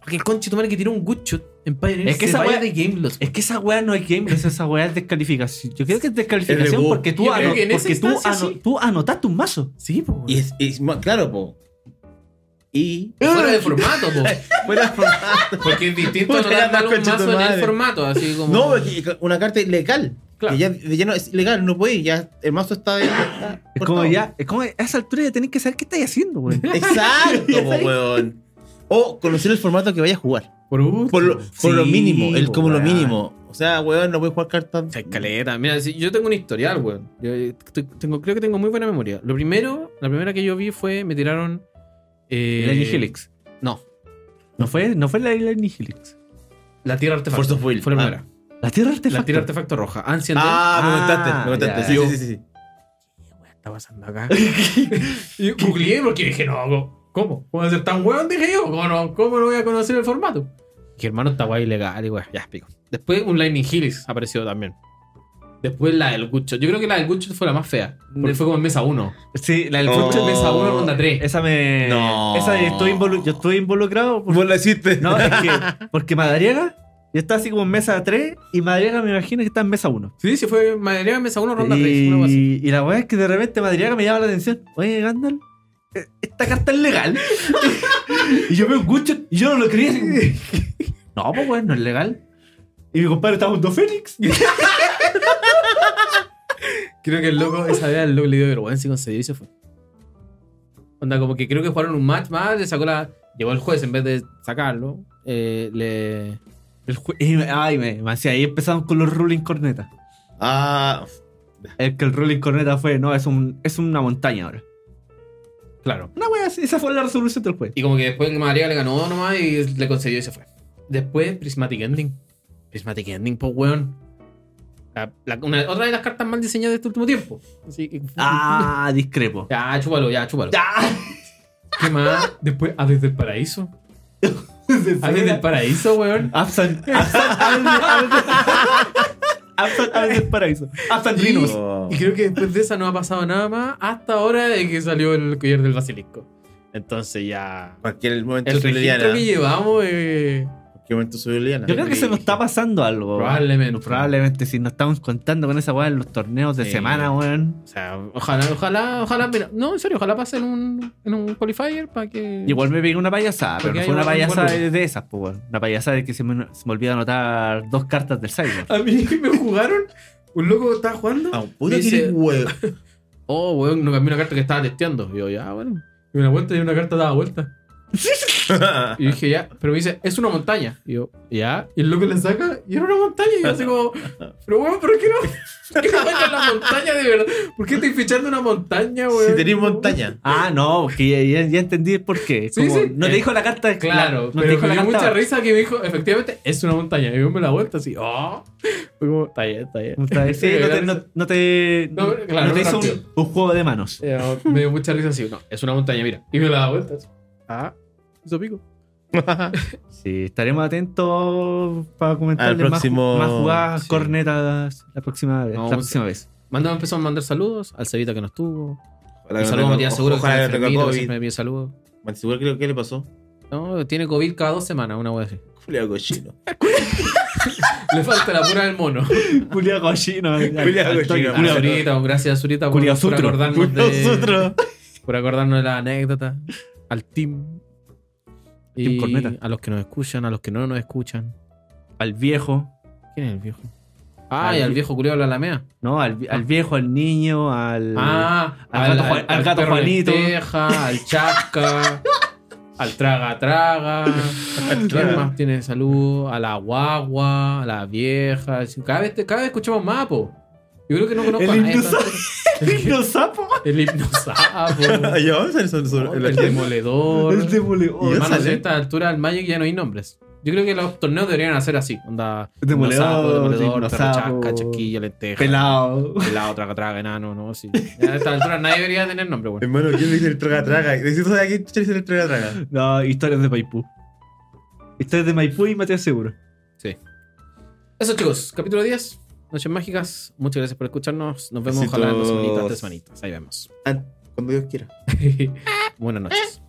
A: Para que el conche tu madre que tiró un good shot en Pioneer
C: Es que
A: se
C: esa
A: vaya
C: wea-
A: de game loss.
C: Es que esa weá no es game, esa weá es descalificación. Yo creo que es
B: Es de
C: descalificación
B: Go.
C: porque tú,
A: Yo creo
C: ano-
A: que en esa
C: porque tú,
A: instancia
C: ano-
A: sí.
C: tú anotaste un mazo.
A: Sí, po, weón.
B: Y es, y es más- claro, po. Y.
A: Fuera
B: *laughs*
A: de formato, po.
B: Fuera formato.
A: Porque es distinto
B: Puta, ya
A: anotar
B: más
A: mal un
B: conche tu
A: mazo en el
B: madre.
A: formato, así como.
B: No, porque una carta ilegal.
A: Claro.
B: Que ya, ya no es ilegal, no puede. Ya el mazo está. está
C: Es como
B: cortado.
C: ya, es como a esa altura ya tenés que saber qué estáis
A: *laughs*
C: haciendo, weón.
B: Exacto, po, weón. O conocer el formato que vaya a jugar.
A: Por gusto.
B: Por lo, por lo
C: Sí,
B: mínimo, el, como lo
C: weón.
B: mínimo. O sea, weón, no puedes jugar cartas.
A: Esa escaleta. Mira, si- yo tengo un historial, weón. Yo, eh, t- tengo, creo que tengo muy buena memoria. Lo primero, la primera que yo vi fue, me tiraron. Eh,
C: El Lightning Helix.
A: No,
C: No fue, no fue la isla de Nihilix.
A: la Tierra Artefacto.
B: Force of Will.
A: Fue la
B: Ah.
A: primera.
C: La tierra artefacto.
A: La Tierra Artefacto Roja. Ancient
B: Ah, me
C: Ah,
B: contaste, me contaste.
C: ya.
B: Sí, sí, sí, sí.
A: Dem- ¿Qué está pasando acá? *laughs* y googleé porque dije, no, ¿cómo? ¿Cómo voy a ser tan weón? Dije yo, ¿cómo no, cómo no voy a conocer el formato? Dije, hermano, está guay ilegal y weón. Ya, pico. Después un Lightning Helix apareció también. Después la del Gucho. Yo creo que la del Gucho fue la más fea. Porque fue como en mesa 1.
C: Sí, la del
B: Oh.
C: coche
A: Gucho en mesa 1, ronda 3.
C: Esa me.
B: No.
C: Esa estoy involu- yo estoy involucrado. por-
B: Vos la hiciste.
C: no, es que. Porque Madariaga. Yo estaba así como en mesa 3 y Madariaga me imagino que está en mesa 1.
A: Sí, sí, fue Madriaga en mesa 1, ronda 3. Una cosa así.
C: Y, y la weá es que de repente Madriaga me llama la atención. Oye, Gandalf, eh, esta carta es legal. *laughs* y yo veo un gucho y yo no lo creía. no, pues weón, no es legal. Y mi compadre está junto a Fénix.
A: Creo que el loco, esa vez el loco le dio vergüenza y concedió y se fue. Onda, como que creo que jugaron un match más, le sacó la. Llegó el juez en vez de *laughs* sacarlo. eh, le.
C: El jue- y me- ay, me, me hacía- ahí empezamos con los ruling corneta.
B: Ah,
C: El que el ruling corneta fue, no, es, un, es una montaña ahora.
A: Claro.
C: Una weá, así, esa fue la resolución del juez.
A: Y como que después María le ganó nomás y le concedió y se fue. Después Prismatic Ending. Prismatic Ending, po weón. La- la- una- otra de las cartas mal diseñadas de este último tiempo. Así que-
C: Ah,
A: *laughs*
C: discrepo.
A: Ya, chúpalo, ya, chúpalo.
C: Ah,
A: ¿Qué más? Después Aves del Paraíso. Aves del Paraíso, weón.
C: Absent, absent, absent- absent, absent paraíso. Absent Rhinos.
B: oh.
A: Y creo que después de esa no ha pasado nada más hasta ahora de que salió el collar del basilisco. Entonces ya.
B: cualquier momento
A: El
B: se le
A: registro
B: diera.
A: que llevamos eh,
B: qué momento subió Liliana.
C: Yo creo que se nos está pasando algo.
A: Probablemente.
C: weón. Probablemente, si nos estamos contando con esa weá en los torneos de
A: Sí.
C: semana, weón.
A: O sea, ojalá, ojalá, ojalá. mira, no, en serio, ojalá pase en un, en un qualifier para que.
C: Igual me pegué una payasada, pero
A: Porque
C: no
A: hay
C: fue una
A: un- un
C: payasada
A: buen
C: de, de esas, pues, weón. Una payasada de que se me, se me olvidó anotar dos cartas del cyber.
A: A mí *laughs* me jugaron. Un loco estaba jugando.
B: Ah, puta
A: Dice-
B: que eres
A: *laughs*
B: huevo.
A: Oh, weón, no cambié una carta que estaba testeando. Y yo, ya, bueno. Y me la vuelta y una carta daba vuelta. Y dije, ya, pero me dice, es una montaña. Y yo, ya. Y el loco le saca, y era una montaña. Y yo así como, pero weón, ¿por qué no? ¿Por qué no sacas la montaña de verdad? ¿Por qué estoy fichando una montaña, weón?
B: si tenéis montaña.
C: Ah, no, que ya, ya- ya entendí el porqué.
A: Sí,
C: Como,
A: sí.
C: No te dijo la carta.
A: Claro,
C: la- no te
A: pero
C: dijo
A: me
C: la
A: dio
C: carta.
A: mucha risa que me dijo, efectivamente, es una montaña. Y yo me la vuelta así, oh. Fue como, está bien, está *laughs* bien.
C: *laughs* Puta, sí,
A: Sí,
C: no te,
A: claro.
C: no, no te,
A: No,
C: no-
A: claro,
C: no te
A: no
C: hizo
A: rápido.
C: un, un juego de manos.
A: Eh, me dio mucha risa así, no, es una montaña, mira. Y me la daba vuelta así. Ah, eso pico.
C: Sí, estaremos atentos para
B: Al
C: comentarles más-
B: próximo-
C: más, jugadas,
B: sí.
C: cornetas la próxima vez.
A: No,
C: la
A: un-
C: próxima vez.
A: Mandamos, empezamos a mandar saludos al Cevita que no estuvo.
B: Ojalá
A: Un
B: que no
A: saludo a
B: tenga-
A: Matías Seguro, que,
B: Ojalá
A: está
B: que no tenga
A: enfermito, que
B: COVID.
A: siempre me pide saludos.
B: Matías Seguro creo que le pasó. *laughs*
A: No, tiene COVID cada dos semanas, una wea así.
B: Julián *laughs* cochino.
A: Le falta la pura del mono.
C: Julia *laughs* Cochino.
B: Julia al toque.
A: Gracias,
B: Cochino.
A: Zurita, gracias Zurita por,
C: Curia
A: por
C: Sutro.
A: acordarnos
B: Julián
A: de,
B: Sutro.
A: por acordarnos de la anécdota. Al team.
C: Team
A: Y
C: Corneta.
A: a los que nos escuchan, a los que no nos escuchan.
C: Al viejo.
A: ¿Quién es el viejo? Ah,
C: Al
A: y al
C: vi-
A: viejo culiado de la Alameda.
C: No, al, vi- al viejo, al niño, al.
A: *laughs* Ah,
C: al gato Juan- al gato
A: perro
C: Juanito.
A: lenteja, al
C: *laughs*
A: chasca, al traga traga. ¿Quién más tiene salud? A la guagua, a la vieja. Cada vez, cada vez escuchamos más, po. Yo creo que no conozco
C: El
A: a nadie.
C: himno
A: tanto.
C: *laughs* ¡Niño sapo!
A: El
C: *laughs*
A: hipnosapo.
B: Ah, Ya vamos a hacer eso
A: ¿no?
B: sobre
A: El
B: el tema.
A: demoledor.
B: Y
C: demoledor.
B: el
A: Hermano,
B: sale.
A: a esta altura del Magic ya no hay nombres. Yo creo que los torneos deberían hacer así. Onda.
C: Demoledor,
A: hipnosapo, demoledor, perro
C: hipnosapo.
A: chasca, chasquilla, lenteja.
C: Pelado.
A: Pelado, traga, traga, enano, ¿no? Sí. A esta altura nadie debería tener nombre, bueno.
B: Hermano, ¿quién le dice el traga traga? ¿Decís de aquí? ¿Quién le dice el traga traga?
C: No, historias de Maipú. Historias de Maipú y Mateo Seguro.
A: Eso chicos, capítulo 10, Noches Mágicas. Muchas gracias por escucharnos. Nos vemos
B: Besitos.
A: ojalá en dos semanitas, tres semanitas. Ahí vemos.
B: Ah, Cuando Dios quiera.
A: Buenas noches.